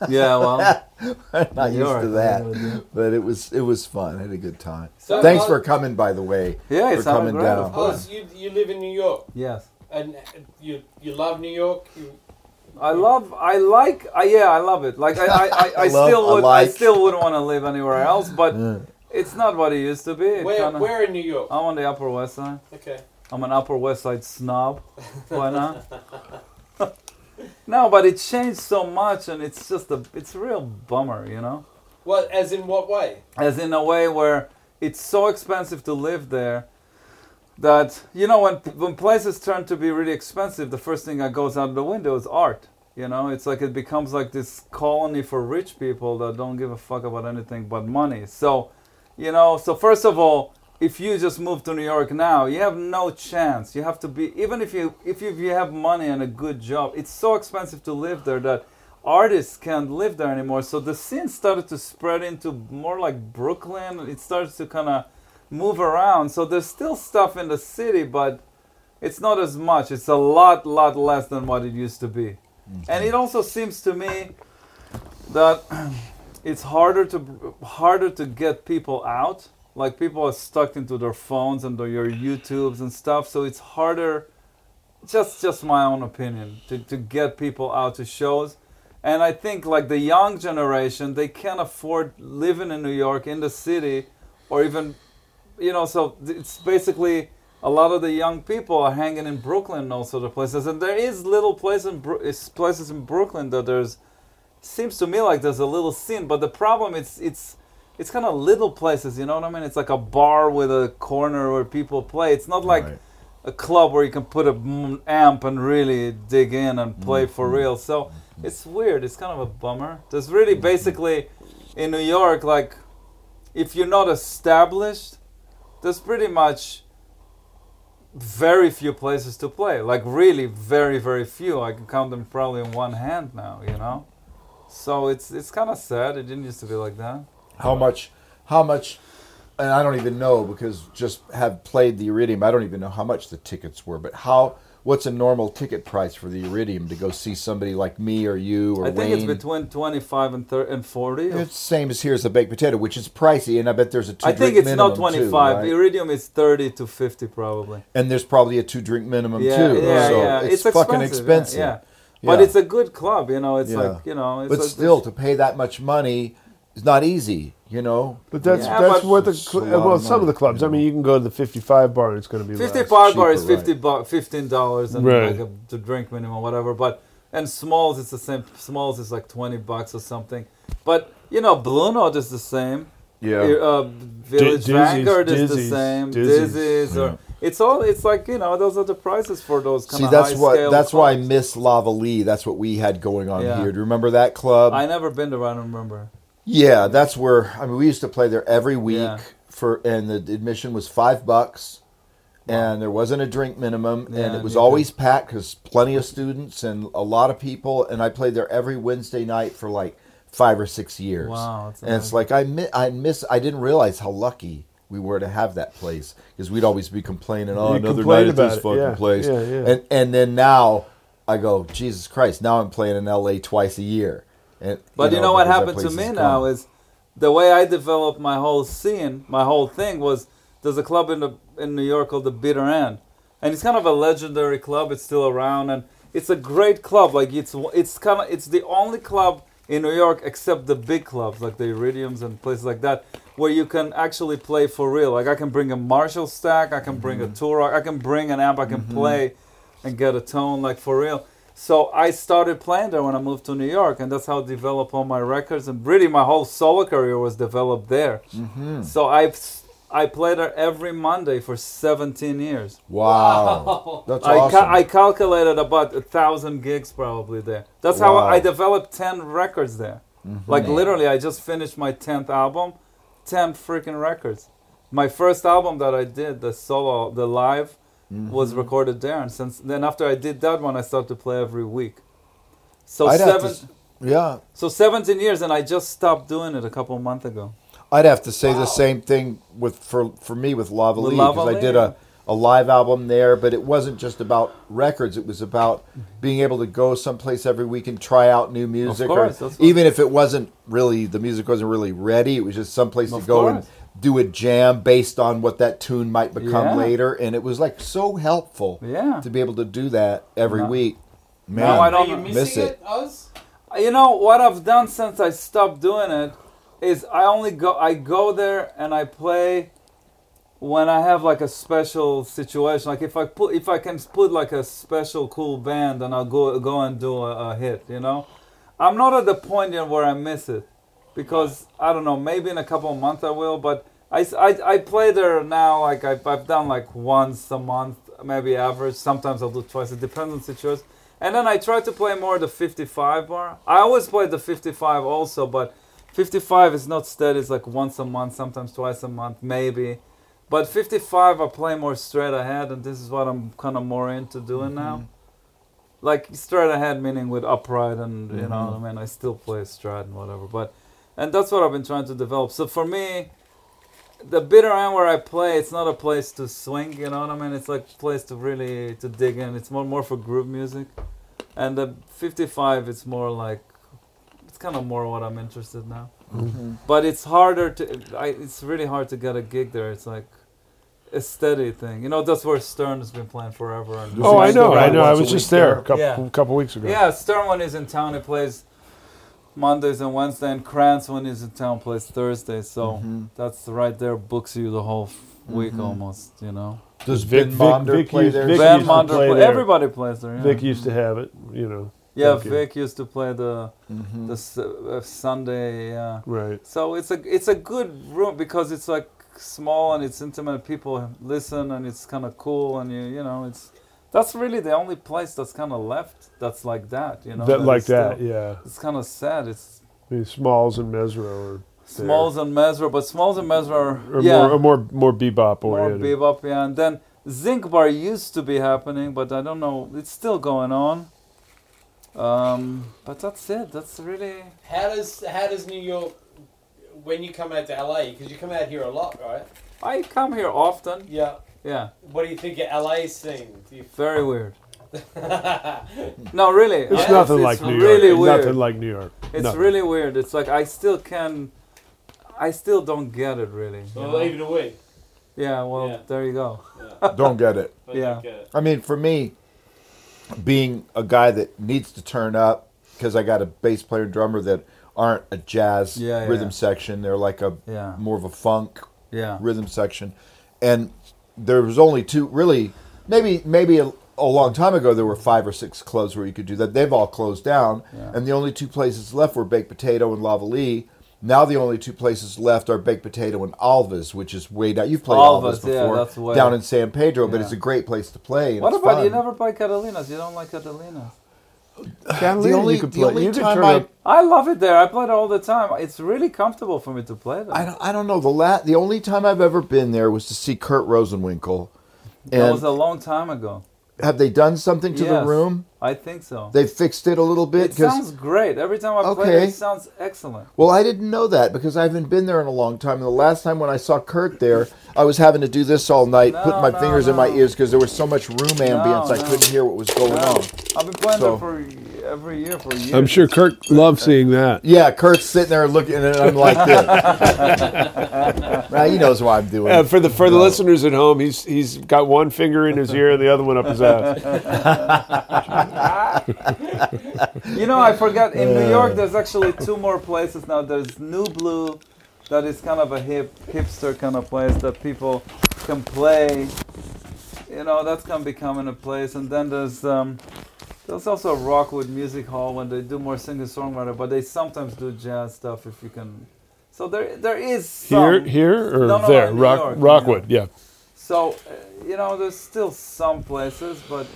Speaker 1: Yeah. Well.
Speaker 4: I'm not
Speaker 1: New
Speaker 4: used
Speaker 1: York,
Speaker 4: to
Speaker 1: yeah,
Speaker 4: that, but it was it was fun. I had a good time.
Speaker 5: So-
Speaker 4: Thanks for coming, by the way.
Speaker 1: Yeah, it
Speaker 4: for
Speaker 1: sounded
Speaker 4: coming
Speaker 1: great,
Speaker 4: down.
Speaker 1: of
Speaker 5: Oh, so you, you live in New York
Speaker 1: yes.
Speaker 5: and uh, you you love New York. You,
Speaker 1: I love, I like, I, yeah, I love it. Like I, I, I, I
Speaker 4: Love,
Speaker 1: still
Speaker 4: I
Speaker 1: would, I
Speaker 4: like.
Speaker 1: still wouldn't want to live anywhere else. But it's not what it used to be. It
Speaker 5: where
Speaker 1: kinda- Uh,
Speaker 5: where in New York?
Speaker 1: I'm on the Upper West Side.
Speaker 5: Okay.
Speaker 1: I'm an Upper West Side snob. Why not? no, but it changed so much, and it's just a, it's a real bummer, you know.
Speaker 5: What as in what way?
Speaker 1: As in a way where it's so expensive to live there that you know when when places turn to be really expensive, the first thing that goes out of the window is art. You know, it's like it becomes like this colony for rich people that don't give a fuck about anything but money. So, you know, so first of all, if you just move to New York now, you have no chance. You have to be even if you if you, if you have money and a good job, it's so expensive to live there that artists can't live there anymore. So the scene started to spread into more like Brooklyn. It starts to kind of move around. So there's still stuff in the city, but it's not as much. It's a lot, lot less than what it used to be. And it also seems to me that it's harder to harder to get people out. Like people are stuck into their phones and their your YouTubes and stuff. So it's harder. Just just my own opinion to, to get people out to shows. And I think like the young generation, they can't afford living in New York in the city, or even, you know. So it's basically a lot of the young people are hanging in Brooklyn and all sort of places. And there is little place in Bro- is places in Brooklyn that there's seems to me like there's a little scene, but the problem it's it's it's kind of little places, you know what I mean? It's like a bar with a corner where people play. It's not like
Speaker 4: Right.
Speaker 1: a club where you can put a m- amp and really dig in and play
Speaker 4: Mm-hmm.
Speaker 1: for real. So it's weird. It's kind of a bummer. There's really
Speaker 4: Mm-hmm.
Speaker 1: basically in New York like if you're not established, there's pretty much very few places to play. Like really, very very few. I can count them probably in one hand now. You know, so it's it's kind of sad. It didn't used to be like that.
Speaker 4: how much how much and I don't even know because just have played the Iridium. I don't even know how much the tickets were, but how what's a normal ticket price for the Iridium to go see somebody like me or you or
Speaker 1: I think
Speaker 4: Wayne?
Speaker 1: it's between 25 and 30 and 40.
Speaker 4: It's the same as here's the baked potato, which is pricey, and I bet there's a two.
Speaker 1: I think
Speaker 4: drink
Speaker 1: it's not
Speaker 4: minimum, too,
Speaker 1: 25.
Speaker 4: right?
Speaker 1: Iridium is 30 to 50 probably.
Speaker 4: and there's probably a two drink minimum
Speaker 1: Yeah,
Speaker 4: too.
Speaker 1: yeah,
Speaker 4: so
Speaker 1: yeah.
Speaker 4: it's,
Speaker 1: It's,
Speaker 4: fucking
Speaker 1: expensive. yeah,
Speaker 4: expensive.
Speaker 1: Yeah, But
Speaker 4: Yeah.
Speaker 1: it's a good club, you know. It's
Speaker 4: Yeah.
Speaker 1: like, you know, it's
Speaker 4: but
Speaker 1: a-
Speaker 4: still, to pay that much money is not easy. You know.
Speaker 3: But that's
Speaker 1: Yeah,
Speaker 3: that's
Speaker 1: but-
Speaker 3: what the
Speaker 4: It's a
Speaker 3: cl- uh,
Speaker 4: lot of
Speaker 3: well some
Speaker 4: money,
Speaker 3: of the clubs.
Speaker 4: you
Speaker 3: I mean, you can go to the fifty-five bar and it's going to be
Speaker 1: 50
Speaker 3: less.
Speaker 1: bar bar is
Speaker 4: uh, cheaper,
Speaker 1: 50 bu- $15 and
Speaker 3: Right.
Speaker 1: like a the drink minimum whatever but and smalls it's the same smalls is like 20 bucks or something but you know blue note is the same
Speaker 4: Yeah.
Speaker 1: uh, village
Speaker 3: Dizzy's-
Speaker 1: vanguard is
Speaker 3: Dizzy's-
Speaker 1: the same
Speaker 3: Dizzy's.
Speaker 1: dizzy's, or it's all it's like you know those are the prices for those kind
Speaker 4: See,
Speaker 1: of
Speaker 4: that's
Speaker 1: high
Speaker 4: what
Speaker 1: scale
Speaker 4: that's why I
Speaker 1: clubs.
Speaker 4: miss Lavali. That's what we had going on
Speaker 1: Yeah.
Speaker 4: here. Do you remember that club?
Speaker 1: I never been there I don't remember
Speaker 4: Yeah, that's where I mean we used to play there every week
Speaker 1: Yeah.
Speaker 4: for and the admission was 5 bucks and there wasn't a drink minimum and
Speaker 1: Yeah,
Speaker 4: it was
Speaker 1: me too.
Speaker 4: always packed cuz plenty of students and a lot of people and I played there every Wednesday night for like 5 or 6 years.
Speaker 1: Wow, that's
Speaker 4: and it's
Speaker 1: amazing.
Speaker 4: like I mi- I miss I didn't realize how lucky we were to have that place cuz we'd always be complaining oh
Speaker 3: You
Speaker 4: another
Speaker 3: complain
Speaker 4: night at
Speaker 3: about
Speaker 4: this
Speaker 3: it,
Speaker 4: fucking
Speaker 3: yeah,
Speaker 4: place.
Speaker 3: yeah, yeah.
Speaker 4: And and then now I go, Jesus Christ! Now I'm playing in L.A. twice a year. And,
Speaker 1: But you know, what
Speaker 4: because that
Speaker 1: happened to
Speaker 4: place
Speaker 1: me
Speaker 4: is
Speaker 1: now
Speaker 4: gone.
Speaker 1: is the way I developed my whole scene, my whole thing was there's a club in the, in New York called the Bitter End, and it's kind of a legendary club. It's still around, and it's a great club. Like it's it's kind of it's the only club in New York except the big clubs like the Iridiums and places like that where you can actually play for real. Like I can bring a Marshall stack, I can bring
Speaker 4: Mm-hmm.
Speaker 1: a Turok, I can bring an amp, I can play and get a tone like for real. So I started playing there when I moved to New York, and that's how I developed all my records. And really, my whole solo career was developed there. So I I played there every Monday for 17 years.
Speaker 4: wow. That's
Speaker 1: I,
Speaker 4: awesome.
Speaker 1: ca- I calculated about a thousand gigs probably there. That's
Speaker 4: Wow. Mm-hmm.
Speaker 1: how I developed 10 records there. Like literally, I just finished my 10th album, 10 freaking records. My first album that I did, the solo, the live, was
Speaker 4: Mm-hmm.
Speaker 1: recorded there. And since then, after I did that one, I started to play every week. So
Speaker 4: I'd have to
Speaker 1: seven,
Speaker 4: s- yeah,
Speaker 1: so 17 years, and I just stopped doing it a couple of months ago.
Speaker 4: I'd have to say the same thing with for for me with Lava
Speaker 1: With
Speaker 4: Lee
Speaker 1: Lava
Speaker 4: because I
Speaker 1: Lee,
Speaker 4: did a a live album there, but it wasn't just about records. It was about being able to go someplace every week and try out new music,
Speaker 1: course,
Speaker 4: or
Speaker 1: that's what-
Speaker 4: even if it wasn't really the music wasn't really ready. It was just someplace to
Speaker 1: Of
Speaker 4: go and
Speaker 1: course.
Speaker 4: do a jam based on what that tune might become
Speaker 1: Yeah.
Speaker 4: later, and it was like so helpful
Speaker 1: Yeah.
Speaker 4: to be able to do that every
Speaker 1: No.
Speaker 4: week. Man,
Speaker 1: Now I
Speaker 5: Are
Speaker 1: don't
Speaker 5: you
Speaker 1: miss
Speaker 5: missing
Speaker 4: it.
Speaker 5: it, Oz?
Speaker 1: You know what I've done since I stopped doing it is I only go I go there and I play when I have like a special situation. Like if I put if I can put like a special cool band and I'll go go and do a, a hit. You know, I'm not at the point yet where I miss it because I don't know. Maybe in a couple of months I will, but. I, s- I- I play there now like I've, I've done like once a month maybe average sometimes i'll do twice it depends on situation and then i try to play more the 55 bar i always play the 55 also but 55 is not steady it's like once a month sometimes twice a month maybe but 55 i play more straight ahead and this is what i'm kind of more into doing now like straight ahead meaning with upright and you know
Speaker 3: Mm-hmm.
Speaker 1: what i mean i still play straight and whatever but and that's what i've been trying to develop so for me the bitter end where I play, it's not a place to swing. You know what I mean? It's like a place to really to dig in. It's more more for groove music, and the 55, it's more like it's kind of more what I'm interested now. But it's harder to. I, it's really hard to get a gig there. It's like a steady thing. You know, that's where Stern has been playing forever. And
Speaker 3: Oh, I know, I know. I
Speaker 4: Once
Speaker 3: was
Speaker 4: a week
Speaker 3: just there
Speaker 4: there.
Speaker 3: a couple,
Speaker 1: Yeah.
Speaker 3: couple weeks ago.
Speaker 1: yeah, Stern when he's in town, he plays Mondays and Wednesday, and Krantz when he's in town plays Thursday. So
Speaker 3: Mm-hmm.
Speaker 4: Mm-hmm.
Speaker 1: that's right there books you the whole f- week almost. You know,
Speaker 4: Does
Speaker 3: Vic-
Speaker 4: Vin
Speaker 3: Vic-
Speaker 4: Monder
Speaker 3: Vic
Speaker 4: play
Speaker 3: used-
Speaker 4: there?
Speaker 3: Mm-hmm. Vic
Speaker 1: Van
Speaker 3: used to
Speaker 1: Monder,
Speaker 3: play
Speaker 1: play
Speaker 3: there.
Speaker 1: everybody plays there. Yeah,
Speaker 3: Vic used to have it. You know.
Speaker 1: yeah
Speaker 3: Vic.
Speaker 1: Vic used to play the
Speaker 4: Mm-hmm.
Speaker 1: the s- uh, Sunday. Yeah,
Speaker 3: Right.
Speaker 1: so it's a it's a good room because it's like small and it's intimate. People listen and it's kind of cool and you you know it's. That's really the only place that's kind of left that's like that, you know.
Speaker 3: that, like
Speaker 1: is
Speaker 3: that.
Speaker 1: still-
Speaker 3: yeah.
Speaker 1: It's kind of sad. It's
Speaker 3: I mean, Smalls and Mesro are there.
Speaker 1: Smalls and Mesra, but Smalls and Mesra are
Speaker 3: Or
Speaker 1: yeah,
Speaker 3: more, or more, more bebop
Speaker 1: more
Speaker 3: oriented.
Speaker 1: bebop, yeah. And then Zinc Bar used to be happening, but I don't know, it's still going on. Um, but that's it. That's really
Speaker 5: How does how does New York when you come out to LA? Because you come out here a lot, right?
Speaker 1: I come here often.
Speaker 5: Yeah.
Speaker 1: Yeah,
Speaker 5: What do you think of LA scene? Do you,
Speaker 1: very weird. No, really.
Speaker 3: It's
Speaker 1: I-
Speaker 3: nothing
Speaker 1: it's,
Speaker 3: like New
Speaker 1: really
Speaker 3: York.
Speaker 1: Weird.
Speaker 3: Nothing like New York.
Speaker 1: It's
Speaker 3: Nothing.
Speaker 1: really weird. It's like I still can, I still don't get it really. you know?
Speaker 5: Well, even a week.
Speaker 1: yeah. Well,
Speaker 5: Yeah.
Speaker 1: there you go.
Speaker 4: Don't get it.
Speaker 5: But
Speaker 1: Yeah.
Speaker 5: okay.
Speaker 4: I mean, for me, being a guy that needs to turn up because I got a bass player and drummer that aren't a jazz
Speaker 1: Yeah, yeah.
Speaker 4: rhythm section. They're like a
Speaker 1: Yeah.
Speaker 4: more of a funk
Speaker 1: Yeah.
Speaker 4: rhythm section, and there was only two really. Maybe maybe a, a long time ago there were five or six clubs where you could do that. They've all closed down, and the only two places left were Baked Potato and Lavalley. Now the only two places left are Baked Potato and Alva's, which is way down. You've played Alva's,
Speaker 1: Alva's, yeah,
Speaker 4: before
Speaker 1: that's way-
Speaker 4: down in San Pedro, but
Speaker 1: Yeah.
Speaker 4: it's a great place to play. and
Speaker 1: What
Speaker 4: it's
Speaker 1: about
Speaker 4: fun.
Speaker 1: you? Never play Catalinas. You don't like Catalinas.
Speaker 3: Catalina,
Speaker 4: only-
Speaker 3: you could
Speaker 4: the
Speaker 3: play.
Speaker 4: only
Speaker 3: you could
Speaker 4: time
Speaker 3: turn
Speaker 4: I-
Speaker 3: up.
Speaker 1: I love it there. I play it all the time. It's really comfortable for me to play there.
Speaker 4: I don't, I don't know. The la- the only time I've ever been there was to see Kurt Rosenwinkel.
Speaker 1: that
Speaker 4: And
Speaker 1: was a long time ago.
Speaker 4: have they done something to the
Speaker 1: Yes,
Speaker 4: room?
Speaker 1: I think so.
Speaker 4: They fixed it a little bit
Speaker 1: It sounds great. Every time I play it,
Speaker 4: Okay.
Speaker 1: it sounds excellent.
Speaker 4: Well, I didn't know that because I haven't been there in a long time. And the last time when I saw Kurt there, I was having to do this all night,
Speaker 1: No,
Speaker 4: putting my
Speaker 1: no,
Speaker 4: fingers in my
Speaker 1: no.
Speaker 4: ears because there was so much room ambience I
Speaker 1: no.
Speaker 4: couldn't hear what was going on.
Speaker 1: I've been playing
Speaker 4: So-
Speaker 1: there for every year for years.
Speaker 3: I'm sure Kirk loved seeing that.
Speaker 4: Yeah, Kurt's sitting there looking, and I'm like this. Right, he knows what I'm doing.
Speaker 3: Uh, for the for the listeners at home, he's he's got one finger in his ear and the other one up his ass.
Speaker 1: You know, I forgot. In New York, there's actually two more places now. There's New Blue, that is kind of a hip hipster kind of place that people can play. You know, that's gonna be coming a place. And then there's um, there's also Rockwood Music Hall when they do more singer songwriter, but they sometimes do jazz stuff if you can. So there there is
Speaker 3: Here,
Speaker 1: some.
Speaker 3: here, or
Speaker 1: No, no, no,
Speaker 3: there,
Speaker 1: in New
Speaker 3: Rock,
Speaker 1: York, New
Speaker 3: Rockwood. Yeah.
Speaker 1: So uh, you know, there's still some places, but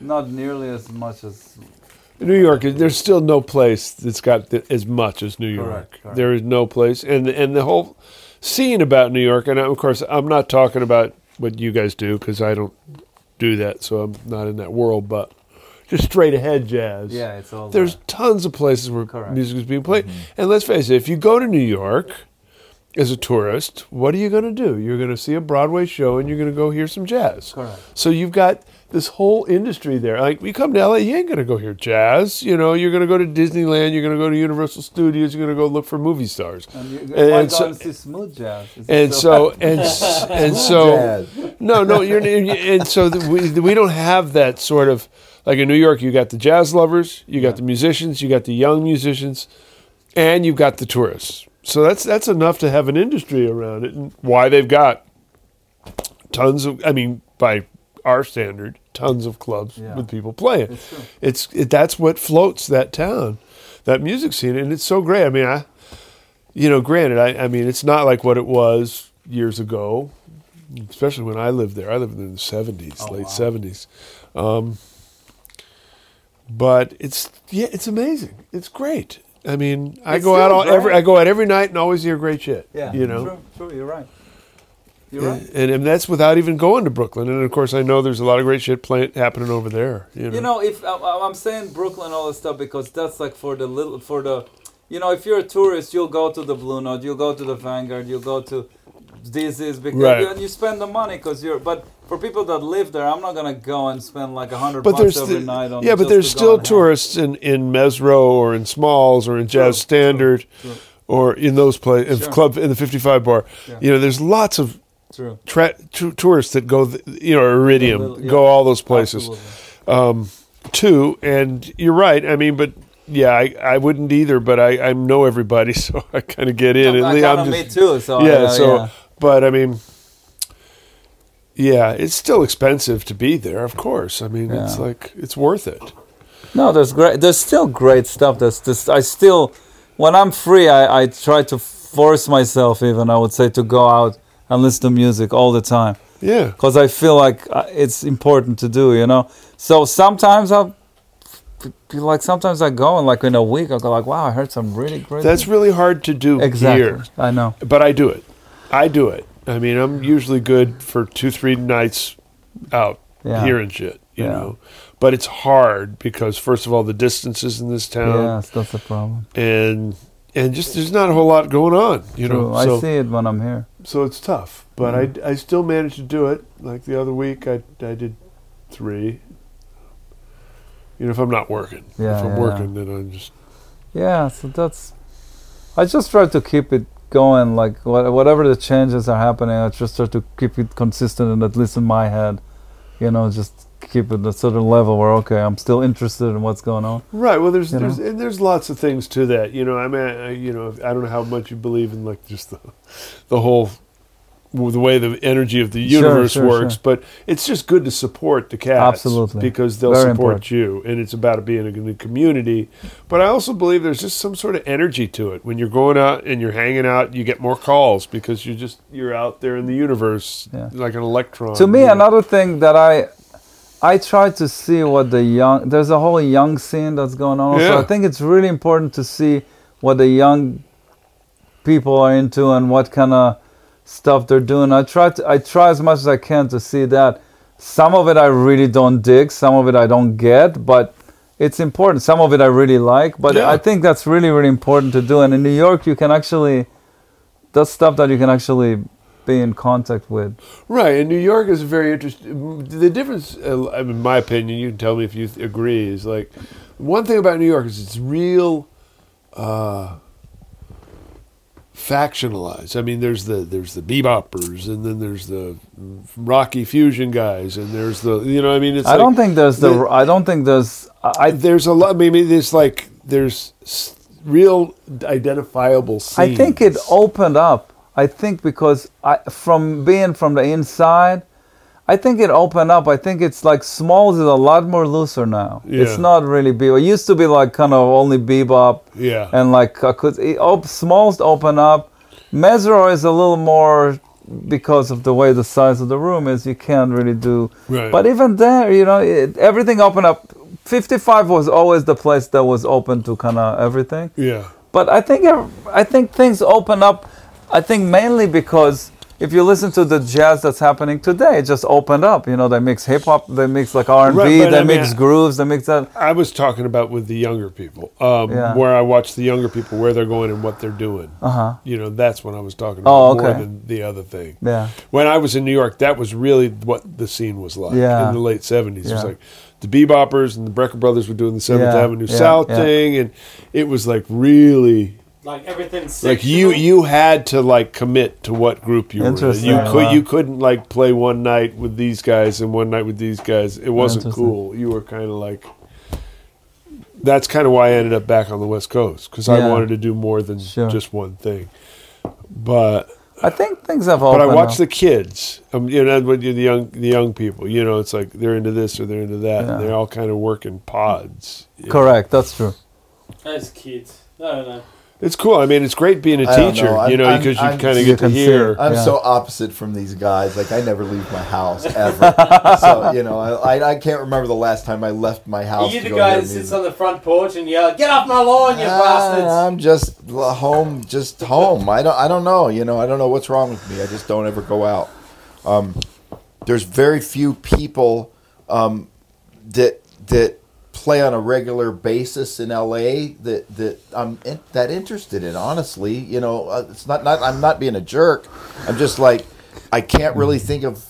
Speaker 1: not nearly as much as
Speaker 3: New York. There's still no place that's got th- as much as New York.
Speaker 1: Correct, correct.
Speaker 3: There is no place, and and the whole scene about New York. And of course, I'm not talking about what you guys do because I don't do that, so I'm not in that world. But just straight ahead jazz.
Speaker 1: yeah, it's all
Speaker 3: There's
Speaker 1: there.
Speaker 3: tons of places where
Speaker 1: Correct. Mm-hmm.
Speaker 3: music is being played. And let's face it, if you go to New York as a tourist, what are you going to do? You're going to see a Broadway show and you're going to go hear some jazz.
Speaker 1: Correct.
Speaker 3: So you've got this whole industry there. Like, we come to LA, you ain't going to go hear jazz. You know, you're going to go to Disneyland, you're going to go to Universal Studios, you're going to go look for movie stars.
Speaker 1: And you
Speaker 3: And
Speaker 1: why
Speaker 3: so-
Speaker 1: go and see smooth jazz? It's
Speaker 3: And
Speaker 1: so-
Speaker 3: so, and s- and so,
Speaker 4: Jazz.
Speaker 3: no, no, you're and so the, we we don't have that sort of like in New York. You got the jazz lovers, you got the musicians, you got the young musicians, and you've got the tourists. So that's that's enough to have an industry around it, and why they've got tons of. I mean, by our standard, tons of clubs
Speaker 1: Yeah.
Speaker 3: with people playing.
Speaker 1: It's true.
Speaker 3: It's it, that's what floats that town, that music scene, and it's so great. I mean, I you know, granted, I, I mean, it's not like what it was years ago, especially when I lived there. I lived in the 70s,
Speaker 1: Oh,
Speaker 3: late
Speaker 1: wow.
Speaker 3: 70s. Um, but it's yeah, it's amazing. It's great. I mean, I
Speaker 1: It's
Speaker 3: go
Speaker 1: still
Speaker 3: out all, every
Speaker 1: great.
Speaker 3: I go out every night and always hear great shit.
Speaker 1: yeah,
Speaker 3: you know. Uh,
Speaker 1: true, true. You're right. You're right.
Speaker 3: And, and and that's without even going to Brooklyn. And of course, I know there's a lot of great shit play, happening over there. You know,
Speaker 1: You know, if I- I- I'm saying Brooklyn all this stuff because that's like for the little for the, you know, if you're a tourist, you'll go to the Blue Note, you'll go to the Vanguard, you'll go to this is because
Speaker 3: Right.
Speaker 1: you, and you spend the money because you're. But for people that live there, I'm not gonna go and spend like a hundred
Speaker 3: but
Speaker 1: bucks
Speaker 3: there's
Speaker 1: every
Speaker 3: the-
Speaker 1: night on
Speaker 3: yeah, but
Speaker 1: just to
Speaker 3: there's
Speaker 1: go
Speaker 3: still
Speaker 1: and hang.
Speaker 3: tourists in in Mesro or in Smalls or in Jazz
Speaker 1: True,
Speaker 3: Standard
Speaker 1: true.
Speaker 3: or in those places,
Speaker 1: Sure.
Speaker 3: club in the 55 bar.
Speaker 1: Yeah.
Speaker 3: You know, there's lots of
Speaker 1: True.
Speaker 3: tra- t- tourists that go, th- you know, Iridium,
Speaker 1: Little- yeah.
Speaker 3: go all those places
Speaker 1: Absolutely.
Speaker 3: too. And you're right. I mean, but yeah, I, I wouldn't either. But I, I know everybody, so I kind of get in.
Speaker 1: I,
Speaker 3: At
Speaker 1: I
Speaker 3: least
Speaker 1: got
Speaker 3: I'm
Speaker 1: to
Speaker 3: just-
Speaker 1: meet too. So I
Speaker 3: yeah.
Speaker 1: know,
Speaker 3: so,
Speaker 1: yeah.
Speaker 3: but I mean, yeah, it's still expensive to be there. Of course. I mean, it's
Speaker 1: Yeah.
Speaker 3: like it's worth it.
Speaker 1: No, there's great. There's still great stuff. That's just I still, when I'm free, I, I try to force myself. Even I would say to go out and listen to music all the time
Speaker 3: Yeah.
Speaker 1: because I feel like uh, it's important to do. You know. So sometimes I, like sometimes I go and like in a week I go like, wow, I heard some really great.
Speaker 3: That's really hard to do
Speaker 1: exactly.
Speaker 3: here.
Speaker 1: I know.
Speaker 3: but I do it. I do it. I mean, I'm usually good for two, three nights out
Speaker 1: Yeah.
Speaker 3: hearing shit, you
Speaker 1: Yeah.
Speaker 3: know. But it's hard because first of all, the distances in this town,
Speaker 1: Yes, that's the problem.
Speaker 3: and and just there's not a whole lot going on, you
Speaker 1: True.
Speaker 3: know.
Speaker 1: I
Speaker 3: So
Speaker 1: see Mm-hmm. it when I'm here.
Speaker 3: so it's tough. But I I still managed to do it. Like the other week, I I did three. You know, if I'm not working.
Speaker 1: Yeah,
Speaker 3: if I'm
Speaker 1: yeah,
Speaker 3: working, then I'm just.
Speaker 1: Yeah, so that's. I just try to keep it going, like wha- whatever the changes are happening. I just try to keep it consistent, and at least in my head, you know, just keep it at a certain level where okay, I'm still interested in what's going on.
Speaker 3: Right. Well, there's
Speaker 1: You know?
Speaker 3: there's and there's lots of things to that. You know, I mean, I, you know, I don't know how much you believe in like just the the whole well, the way the energy of the
Speaker 1: Sure,
Speaker 3: universe
Speaker 1: sure,
Speaker 3: works,
Speaker 1: sure.
Speaker 3: but it's just good to support the cats
Speaker 1: Absolutely.
Speaker 3: because they'll
Speaker 1: Very
Speaker 3: support you, and it's about being in the community. But I also believe there's just some sort of energy to it when you're going out and you're hanging out. You get more calls because you're just you're out there in the universe
Speaker 1: Yeah.
Speaker 3: like an electron.
Speaker 1: to me
Speaker 3: you know.
Speaker 1: another thing that i i try to see what the young there's a whole young scene that's going on so
Speaker 3: Yeah.
Speaker 1: i think it's really important to see what the young people are into and what kind of stuff they're doing i try to i try as much as i can to see that some of it i really don't dig some of it i don't get but it's important some of it i really like but
Speaker 3: Yeah.
Speaker 1: i think that's really really important to do and in new york you can actually that's stuff that you can actually be in contact with
Speaker 3: Right, and New York is a very interesting. The difference, uh, I mean, in my opinion, you can tell me if you agree, is like one thing about New York is it's real uh, factionalized. I mean, there's the there's the beboppers, and then there's the Rocky fusion guys, and there's the you know, I mean, it's
Speaker 1: I don't
Speaker 3: like-
Speaker 1: think there's the.
Speaker 3: the-
Speaker 1: I don't think there's.
Speaker 3: I,
Speaker 1: I.
Speaker 3: there's a lot. I mean, there's like there's s- real identifiable. Scenes.
Speaker 1: I think it opened up. I think because I, from being from the inside, I think it opened up. I think it's like Smalls is a lot more looser now. It's
Speaker 3: Yeah.
Speaker 1: not really bebop. It used to be like kind of only bebop
Speaker 3: yeah,
Speaker 1: and like because it op- Smalls open up. Mesro is a little more because of the way the size of the room is. You can't really do.
Speaker 3: Right.
Speaker 1: But even there, you know, it, everything opened up. 55 was always the place that was open to kind of everything.
Speaker 3: yeah,
Speaker 1: But I think I think things open up. I think mainly because if you listen to the jazz that's happening today, it just opened up. You know, they mix hip hop, they mix like R and
Speaker 3: Right,
Speaker 1: B,
Speaker 3: but
Speaker 1: they
Speaker 3: I mean,
Speaker 1: mix grooves, they mix that.
Speaker 3: I was talking about with the younger people, um,
Speaker 1: Yeah.
Speaker 3: where I watch the younger people where they're going and what they're doing.
Speaker 1: Uh huh.
Speaker 3: You know, that's what I was talking about
Speaker 1: Oh,
Speaker 3: more
Speaker 1: okay.
Speaker 3: than the other thing.
Speaker 1: Yeah.
Speaker 3: When I was in New York, that was really what the scene was like
Speaker 1: Yeah.
Speaker 3: in the late seventies. It was
Speaker 1: Yeah.
Speaker 3: like the Beboppers and the Brecker Brothers were doing the Seventh
Speaker 1: Yeah,
Speaker 3: Avenue
Speaker 1: yeah,
Speaker 3: South
Speaker 1: yeah.
Speaker 3: thing, and it was like really
Speaker 5: Like everything's
Speaker 3: like you you had to like commit to what group you were in.
Speaker 1: Interesting.
Speaker 3: You
Speaker 1: Right.
Speaker 3: could
Speaker 1: Wow.
Speaker 3: you couldn't like play one night with these guys and one night with these guys. It wasn't
Speaker 1: Interesting.
Speaker 3: cool. You were kind of like that's kind of why I ended up back on the West Coast because I
Speaker 1: Yeah.
Speaker 3: wanted to do more than
Speaker 1: Sure.
Speaker 3: just one thing. But
Speaker 1: I think things have
Speaker 3: but
Speaker 1: opened.
Speaker 3: I watch
Speaker 1: up.
Speaker 3: the kids. Um, you know, when you're the young the young people, you know, it's like they're into this or they're into that.
Speaker 1: Yeah.
Speaker 3: And they all kind of work in pods. you know.
Speaker 1: Correct. That's true.
Speaker 5: As kids. I don't know.
Speaker 3: It's cool. I mean, it's great being a
Speaker 4: I don't
Speaker 3: teacher.
Speaker 4: know.
Speaker 3: You know,
Speaker 4: I'm-
Speaker 3: because you
Speaker 4: I'm-
Speaker 3: kind
Speaker 1: You
Speaker 3: of get to
Speaker 1: can see
Speaker 3: hear.
Speaker 1: it.
Speaker 4: I'm
Speaker 1: Yeah.
Speaker 4: so opposite from these guys. Like I never leave my house ever. so you know, I, I I can't remember the last time I left my
Speaker 5: Are
Speaker 4: house.
Speaker 5: you
Speaker 4: to
Speaker 5: the
Speaker 4: go hear
Speaker 5: guy that sits
Speaker 4: music.
Speaker 5: on the front porch and yells, "Get off my lawn, you
Speaker 4: Ah,
Speaker 5: bastards!"
Speaker 4: I'm just l- home, just home. I don't, I don't know. You know, I don't know what's wrong with me. I just don't ever go out. Um, there's very few people um, that that play on a regular basis in LA that that I'm in, that interested in. Honestly, you know, uh, it's not, not I'm not being a jerk. I'm just like I can't really
Speaker 3: Hmm.
Speaker 4: think of.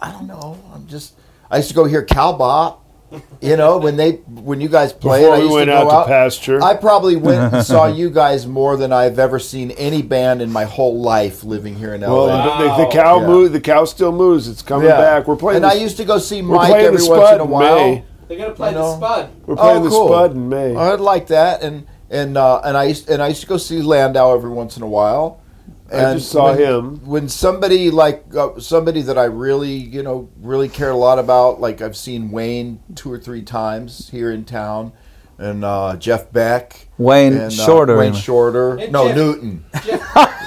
Speaker 4: I don't know. I'm just. I used to go hear Calbop. You know when they when you guys played.
Speaker 3: Before
Speaker 4: I
Speaker 3: we
Speaker 4: used
Speaker 3: went
Speaker 4: to go
Speaker 3: out to pasture.
Speaker 4: I probably went and saw you guys more than I've ever seen any band in my whole life living here in LA.
Speaker 3: Well, the, the, the cow
Speaker 4: Yeah.
Speaker 3: move, the cow still moves. It's coming
Speaker 4: Yeah.
Speaker 3: back. We're playing.
Speaker 4: And
Speaker 3: the,
Speaker 4: I used to go see
Speaker 3: we're
Speaker 4: Mike
Speaker 3: playing
Speaker 4: every
Speaker 3: the
Speaker 4: once
Speaker 3: Spud
Speaker 4: in a while.
Speaker 3: in May.
Speaker 5: They're gonna
Speaker 4: I
Speaker 5: play
Speaker 4: know.
Speaker 5: the spud.
Speaker 3: We're playing
Speaker 4: Oh,
Speaker 3: the
Speaker 4: cool.
Speaker 3: Spud in May.
Speaker 4: I'd like that, and and uh, and I used, and I used to go see Landau every once in a while.
Speaker 3: I just saw
Speaker 4: when,
Speaker 3: him.
Speaker 4: when somebody like uh, somebody that I really you know really care a lot about. Like I've seen Wayne two or three times here in town, and uh, Jeff Beck.
Speaker 1: Wayne
Speaker 4: and, uh,
Speaker 1: Shorter.
Speaker 4: Wayne Shorter.
Speaker 5: And
Speaker 4: no,
Speaker 5: Jeff-
Speaker 4: Newton.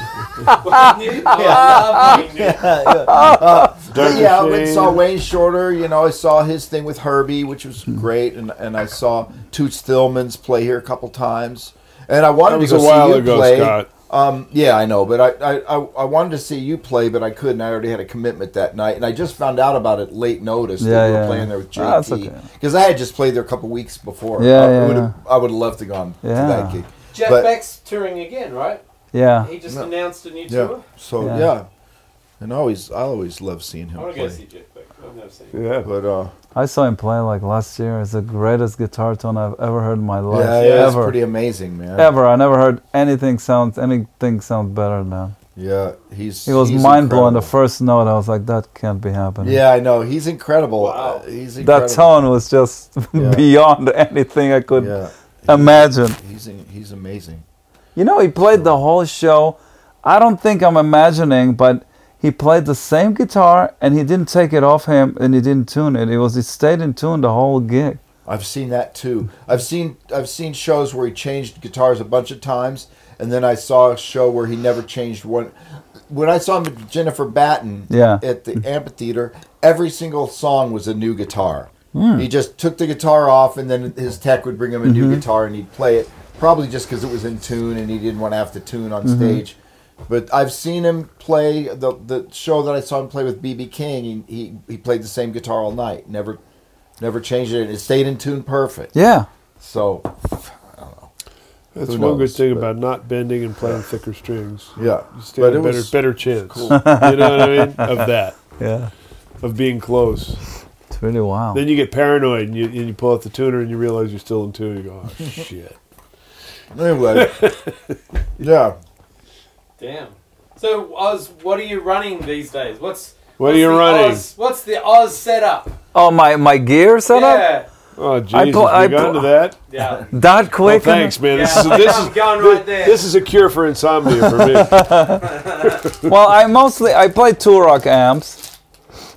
Speaker 5: Wayne Newton. Oh, I love Wayne Newton.
Speaker 3: Dr.
Speaker 4: yeah, I went and
Speaker 3: Shane.
Speaker 4: saw Wayne Shorter. You know, I saw his thing with Herbie, which was
Speaker 1: Hmm.
Speaker 4: great, and and I saw Toots Thillman's play here a couple times. And I wanted
Speaker 3: That was
Speaker 4: to
Speaker 3: a
Speaker 4: go
Speaker 3: while
Speaker 4: see you
Speaker 3: ago,
Speaker 4: play.
Speaker 3: Scott.
Speaker 4: Um, yeah, I know, but I, I, I, I wanted to see you play, but I couldn't. I already had a commitment that night, and I just found out about it late notice
Speaker 1: Yeah,
Speaker 4: that we were
Speaker 1: yeah.
Speaker 4: playing there with
Speaker 1: Ah, that's
Speaker 4: JT
Speaker 1: okay.
Speaker 4: because I had just played there a couple weeks before.
Speaker 1: Yeah,
Speaker 4: I,
Speaker 1: yeah,
Speaker 4: would
Speaker 1: yeah.
Speaker 4: have I would have loved to gone
Speaker 1: Yeah.
Speaker 4: to that gig.
Speaker 5: Jeff
Speaker 4: But-
Speaker 5: Beck's touring again, right?
Speaker 1: Yeah.
Speaker 5: He just
Speaker 4: No.
Speaker 5: announced a new
Speaker 4: Yeah,
Speaker 5: tour.
Speaker 4: so
Speaker 1: Yeah.
Speaker 4: yeah, and I always I always love seeing
Speaker 5: I
Speaker 4: him
Speaker 5: want to
Speaker 4: play.
Speaker 5: go see Jeff Beck. I've never seen.
Speaker 3: Yeah.
Speaker 4: But uh,
Speaker 1: I saw him play like last year. It's the greatest guitar tone I've ever heard in my life.
Speaker 4: yeah, yeah, it's
Speaker 1: ever.
Speaker 4: pretty amazing, man.
Speaker 1: Ever. I never heard anything sound anything sound better than that.
Speaker 4: Yeah, he's.
Speaker 1: It was
Speaker 4: he's
Speaker 1: mind blowing. The
Speaker 4: incredible.
Speaker 1: first note, I was like, that can't be happening.
Speaker 4: Yeah, I know. He's incredible.
Speaker 5: Wow.
Speaker 4: Uh, he's incredible.
Speaker 1: That tone was just
Speaker 4: Yeah.
Speaker 1: beyond anything I could
Speaker 4: Yeah,
Speaker 1: imagine.
Speaker 4: he's in, he's amazing.
Speaker 1: You know, he played the whole show. I don't think I'm imagining, but he played the same guitar and he didn't take it off him and he didn't tune it. It was he stayed in tune the whole gig.
Speaker 4: I've seen that too. I've seen I've seen shows where he changed guitars a bunch of times, and then I saw a show where he never changed one. When I saw him with Jennifer Batten
Speaker 1: Yeah.
Speaker 4: at the amphitheater, every single song was a new guitar. He just took the guitar off, and then his tech would bring him a new guitar, and he'd play it. Probably just because it was in tune, and he didn't want to have to tune on stage. But I've seen him play the the show that I saw him play with BB King. He, he he played the same guitar all night. Never never changed it. and It stayed in tune perfect.
Speaker 1: Yeah.
Speaker 4: So
Speaker 3: That's
Speaker 4: Who
Speaker 3: one good
Speaker 4: knows,
Speaker 3: thing
Speaker 4: but-
Speaker 3: about not bending and playing thicker strings.
Speaker 4: yeah,
Speaker 3: You stand
Speaker 4: but
Speaker 3: a
Speaker 4: it
Speaker 3: better,
Speaker 4: was
Speaker 3: better chance. you know what I mean? Of that,
Speaker 1: Yeah.
Speaker 3: of being close.
Speaker 1: It's really wild.
Speaker 3: Then you get paranoid and you, and you pull out the tuner and you realize you're still in tune. You go, oh, shit.
Speaker 4: anyway. yeah,
Speaker 5: Damn. So Oz, what are you running these days? What's
Speaker 3: What
Speaker 5: what's
Speaker 3: are you
Speaker 5: the
Speaker 3: running?
Speaker 5: Oz- what's the Oz setup?
Speaker 1: Oh my my gear setup?
Speaker 5: yeah.
Speaker 3: Oh, Jesus.
Speaker 1: pl- I
Speaker 3: we got
Speaker 1: pl-
Speaker 3: into that?
Speaker 5: Yeah.
Speaker 1: That
Speaker 3: Well,
Speaker 1: quick.
Speaker 3: thanks, man. This
Speaker 5: Yeah,
Speaker 3: is, this,
Speaker 5: I'm
Speaker 3: is,
Speaker 5: going
Speaker 3: thi-
Speaker 5: right there.
Speaker 3: this is a cure for insomnia for me.
Speaker 1: well, I mostly I play Turok amps.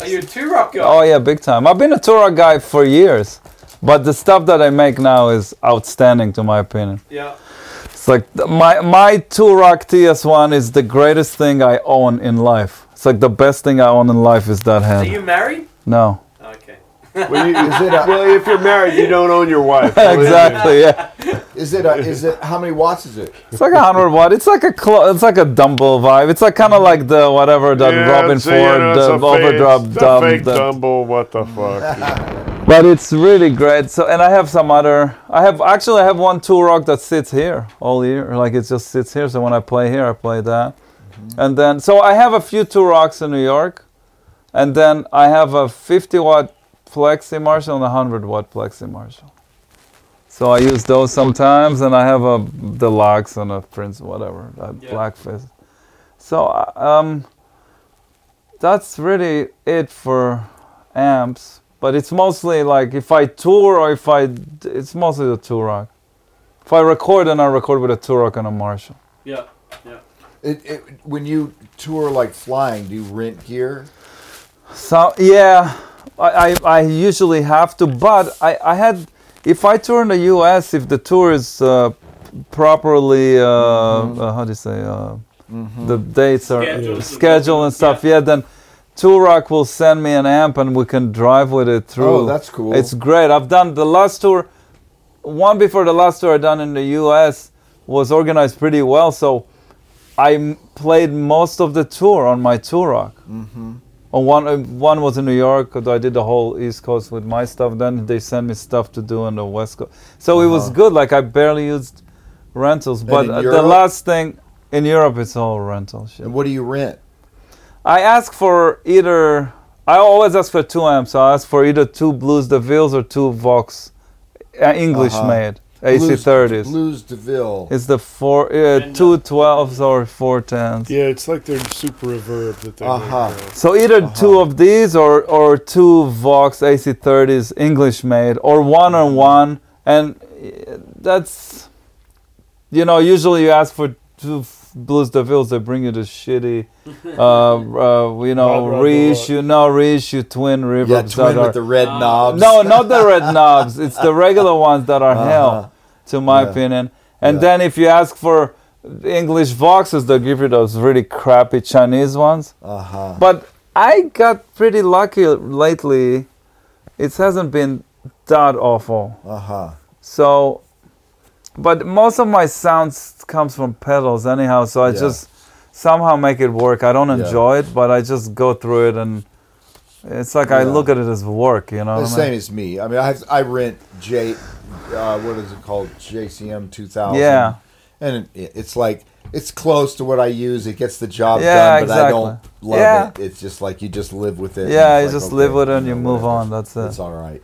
Speaker 5: Are you a two rock guy?
Speaker 1: Oh yeah, big time. I've been a Turok guy for years, but the stuff that I make now is outstanding to my opinion.
Speaker 5: yeah.
Speaker 1: It's like th- my my Turok TS1 is the greatest thing I own in life. It's like the best thing I own in life is that
Speaker 5: Are
Speaker 1: head.
Speaker 5: you married?
Speaker 1: No.
Speaker 5: Okay.
Speaker 3: Well, you-
Speaker 4: is it uh, a,
Speaker 3: well, if you're married, you don't own your wife.
Speaker 1: Exactly. Yeah.
Speaker 4: is it a, is it how many watts is it?
Speaker 1: It's like a hundred watt. It's like a clo- it's like a dumbbell vibe. It's like kind of like the whatever that
Speaker 3: Yeah,
Speaker 1: Robin
Speaker 3: so,
Speaker 1: Ford
Speaker 3: you know, it's a
Speaker 1: uh, overdrop
Speaker 3: fake, it's a
Speaker 1: dub.
Speaker 3: fake
Speaker 1: dub.
Speaker 3: dumble. What the fuck?
Speaker 1: But it's really great. So, and I have some other. I have actually I have one Turok that sits here all year. Like it just sits here. So when I play here, I play that. Mm-hmm. And then so I have a few Turoks in New York, and then I have a 50 watt Plexi Marshall and a 100 watt Plexi Marshall. So I use those sometimes, and I have a deluxe and a Prince whatever a
Speaker 5: Yeah.
Speaker 1: Blackface. So uh, um, that's really it for amps. But it's mostly like if I tour or if I, d- it's mostly the Turok. If I record, then I record with a Turok and a Marshall.
Speaker 5: Yeah. Yeah.
Speaker 4: It, it when you tour like flying, do you rent gear?
Speaker 1: So yeah, I, I, I usually have to, but I, I had if I tour in the U.S. if the tour is uh, properly uh,
Speaker 4: Mm-hmm.
Speaker 1: uh, how do you say uh, the dates are
Speaker 5: Scheduled.
Speaker 1: scheduled and stuff, yeah, then Turok will send me an amp and we can drive with it through.
Speaker 4: Oh, that's cool.
Speaker 1: It's great. I've done the last tour, one before the last tour I done in the U.S. was organized pretty well, so I m- played most of the tour on my Turok.
Speaker 4: Mm-hmm.
Speaker 1: Oh, one uh, one was in New York. Although I did the whole East Coast with my stuff. Then they sent me stuff to do on the West Coast. So it was good. Like I barely used rentals, but
Speaker 4: Uh-huh. in
Speaker 1: uh, the
Speaker 4: Europe?
Speaker 1: last thing in Europe, it's all rental shit.
Speaker 4: And what do you rent?
Speaker 1: I ask for either. I always ask for two amps. I ask for either two Blues DeVils or two Vox, uh, English
Speaker 4: Uh-huh.
Speaker 1: made AC30s.
Speaker 4: Blues Deville.
Speaker 1: It's the four uh,
Speaker 5: And, uh,
Speaker 1: two 12s or four tens.
Speaker 3: yeah, it's like they're super reverb that they're.
Speaker 4: Uh-huh.
Speaker 1: So either two of these or or two Vox AC30s English made or one on
Speaker 3: Mm-hmm.
Speaker 1: one and uh, that's you know usually you ask for two f- Blues Devils they bring you the shitty uh, uh you know
Speaker 3: Rod, Rod,
Speaker 1: reissue no reissue twin reverbs
Speaker 4: yeah, twin
Speaker 1: that are
Speaker 4: with the red
Speaker 5: Uh,
Speaker 4: knobs.
Speaker 1: no not the red knobs it's the regular ones that are
Speaker 4: Uh-huh.
Speaker 1: hell to my
Speaker 4: Yeah.
Speaker 1: opinion and
Speaker 4: Yeah.
Speaker 1: then if you ask for English Voxes they give you those really crappy Chinese ones
Speaker 4: Uh huh.
Speaker 1: but I got pretty lucky lately. It hasn't been that awful.
Speaker 4: Uh huh.
Speaker 1: So, but most of my sounds comes from pedals anyhow. So I
Speaker 4: Yeah.
Speaker 1: just somehow make it work. I don't
Speaker 4: Yeah.
Speaker 1: enjoy it, but I just go through it, and it's like I
Speaker 4: Yeah.
Speaker 1: look at it as work. You know,
Speaker 4: The
Speaker 1: what I
Speaker 4: same
Speaker 1: mean?
Speaker 4: as me. I mean, I have, I rent J, uh, what is it called? JCM two thousand.
Speaker 1: Yeah.
Speaker 4: and it, it's like it's close to what I use. It gets the job
Speaker 1: Yeah,
Speaker 4: done, but I
Speaker 1: exactly.
Speaker 4: don't love
Speaker 1: Yeah.
Speaker 4: it. It's just like you just live with it.
Speaker 1: Yeah,
Speaker 4: and
Speaker 1: you
Speaker 4: it's like,
Speaker 1: just live
Speaker 4: okay,
Speaker 1: with it and you
Speaker 4: know,
Speaker 1: move
Speaker 4: whatever.
Speaker 1: on. That's it.
Speaker 4: It's all right.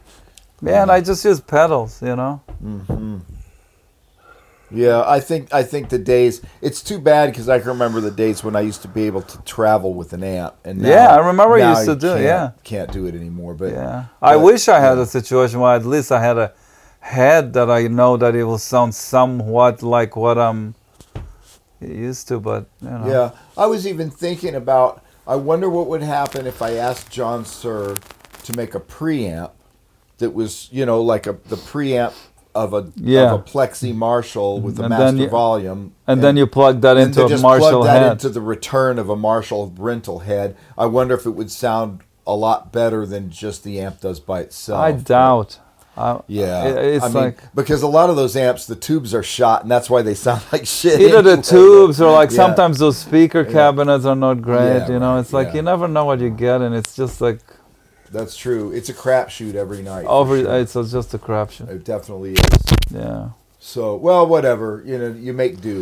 Speaker 1: Man, I just use pedals, you know.
Speaker 4: Yeah, I think I think the days. It's too bad because I can remember the days when I used to be able to travel with an amp, and now,
Speaker 1: Yeah, I remember you
Speaker 4: now
Speaker 1: used to do it,
Speaker 4: Can't,
Speaker 1: yeah.
Speaker 4: can't do it anymore. But
Speaker 1: Yeah. I
Speaker 4: but-
Speaker 1: wish I had a situation where at least I had a head that I know that it will sound somewhat like what I'm used to, but you know.
Speaker 4: Yeah, I was even thinking about. I wonder what would happen if I asked John Sir to make a preamp that was, you know, like a the preamp of a
Speaker 1: Yeah.
Speaker 4: of a Plexi Marshall with a
Speaker 1: And
Speaker 4: master
Speaker 1: then you-
Speaker 4: volume,
Speaker 1: And, then you plug that
Speaker 4: and
Speaker 1: into
Speaker 4: to
Speaker 1: a
Speaker 4: just
Speaker 1: Marshall
Speaker 4: plug that
Speaker 1: head.
Speaker 4: into the return of a Marshall rental head. I wonder if it would sound a lot better than just the amp does by itself.
Speaker 1: I doubt. I,
Speaker 4: Yeah,
Speaker 1: It- it's
Speaker 4: I mean,
Speaker 1: like
Speaker 4: because a lot of those amps, the tubes are shot, and that's why they sound like shit.
Speaker 1: either the
Speaker 4: anyway.
Speaker 1: tubes or like
Speaker 4: Yeah.
Speaker 1: sometimes those speaker cabinets are not great.
Speaker 4: Yeah,
Speaker 1: you know,
Speaker 4: right,
Speaker 1: it's like
Speaker 4: yeah.
Speaker 1: you never know what you get, and it's just like
Speaker 4: That's true. It's a crapshoot every night. for
Speaker 1: over.
Speaker 4: sure.
Speaker 1: It's just a crapshoot.
Speaker 4: It definitely is.
Speaker 1: Yeah.
Speaker 4: So, well, whatever. You know, you make do.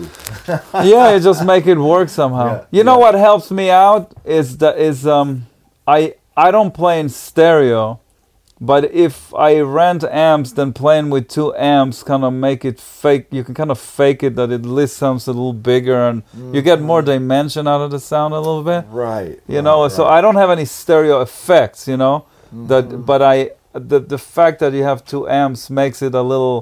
Speaker 1: yeah, you just make it work somehow.
Speaker 4: Yeah,
Speaker 1: you know
Speaker 4: yeah.
Speaker 1: what helps me out is the is um I I don't play in stereo, but if I rent amps, then playing with two amps kind of make it fake. You can kind of fake it that it at least sounds a little bigger, and you get more dimension out of the sound a little bit
Speaker 4: Mm-hmm. Right.
Speaker 1: you know so i don't have any stereo effects you know
Speaker 4: Mm-hmm.
Speaker 1: that but i the, the fact that you have two amps makes it a little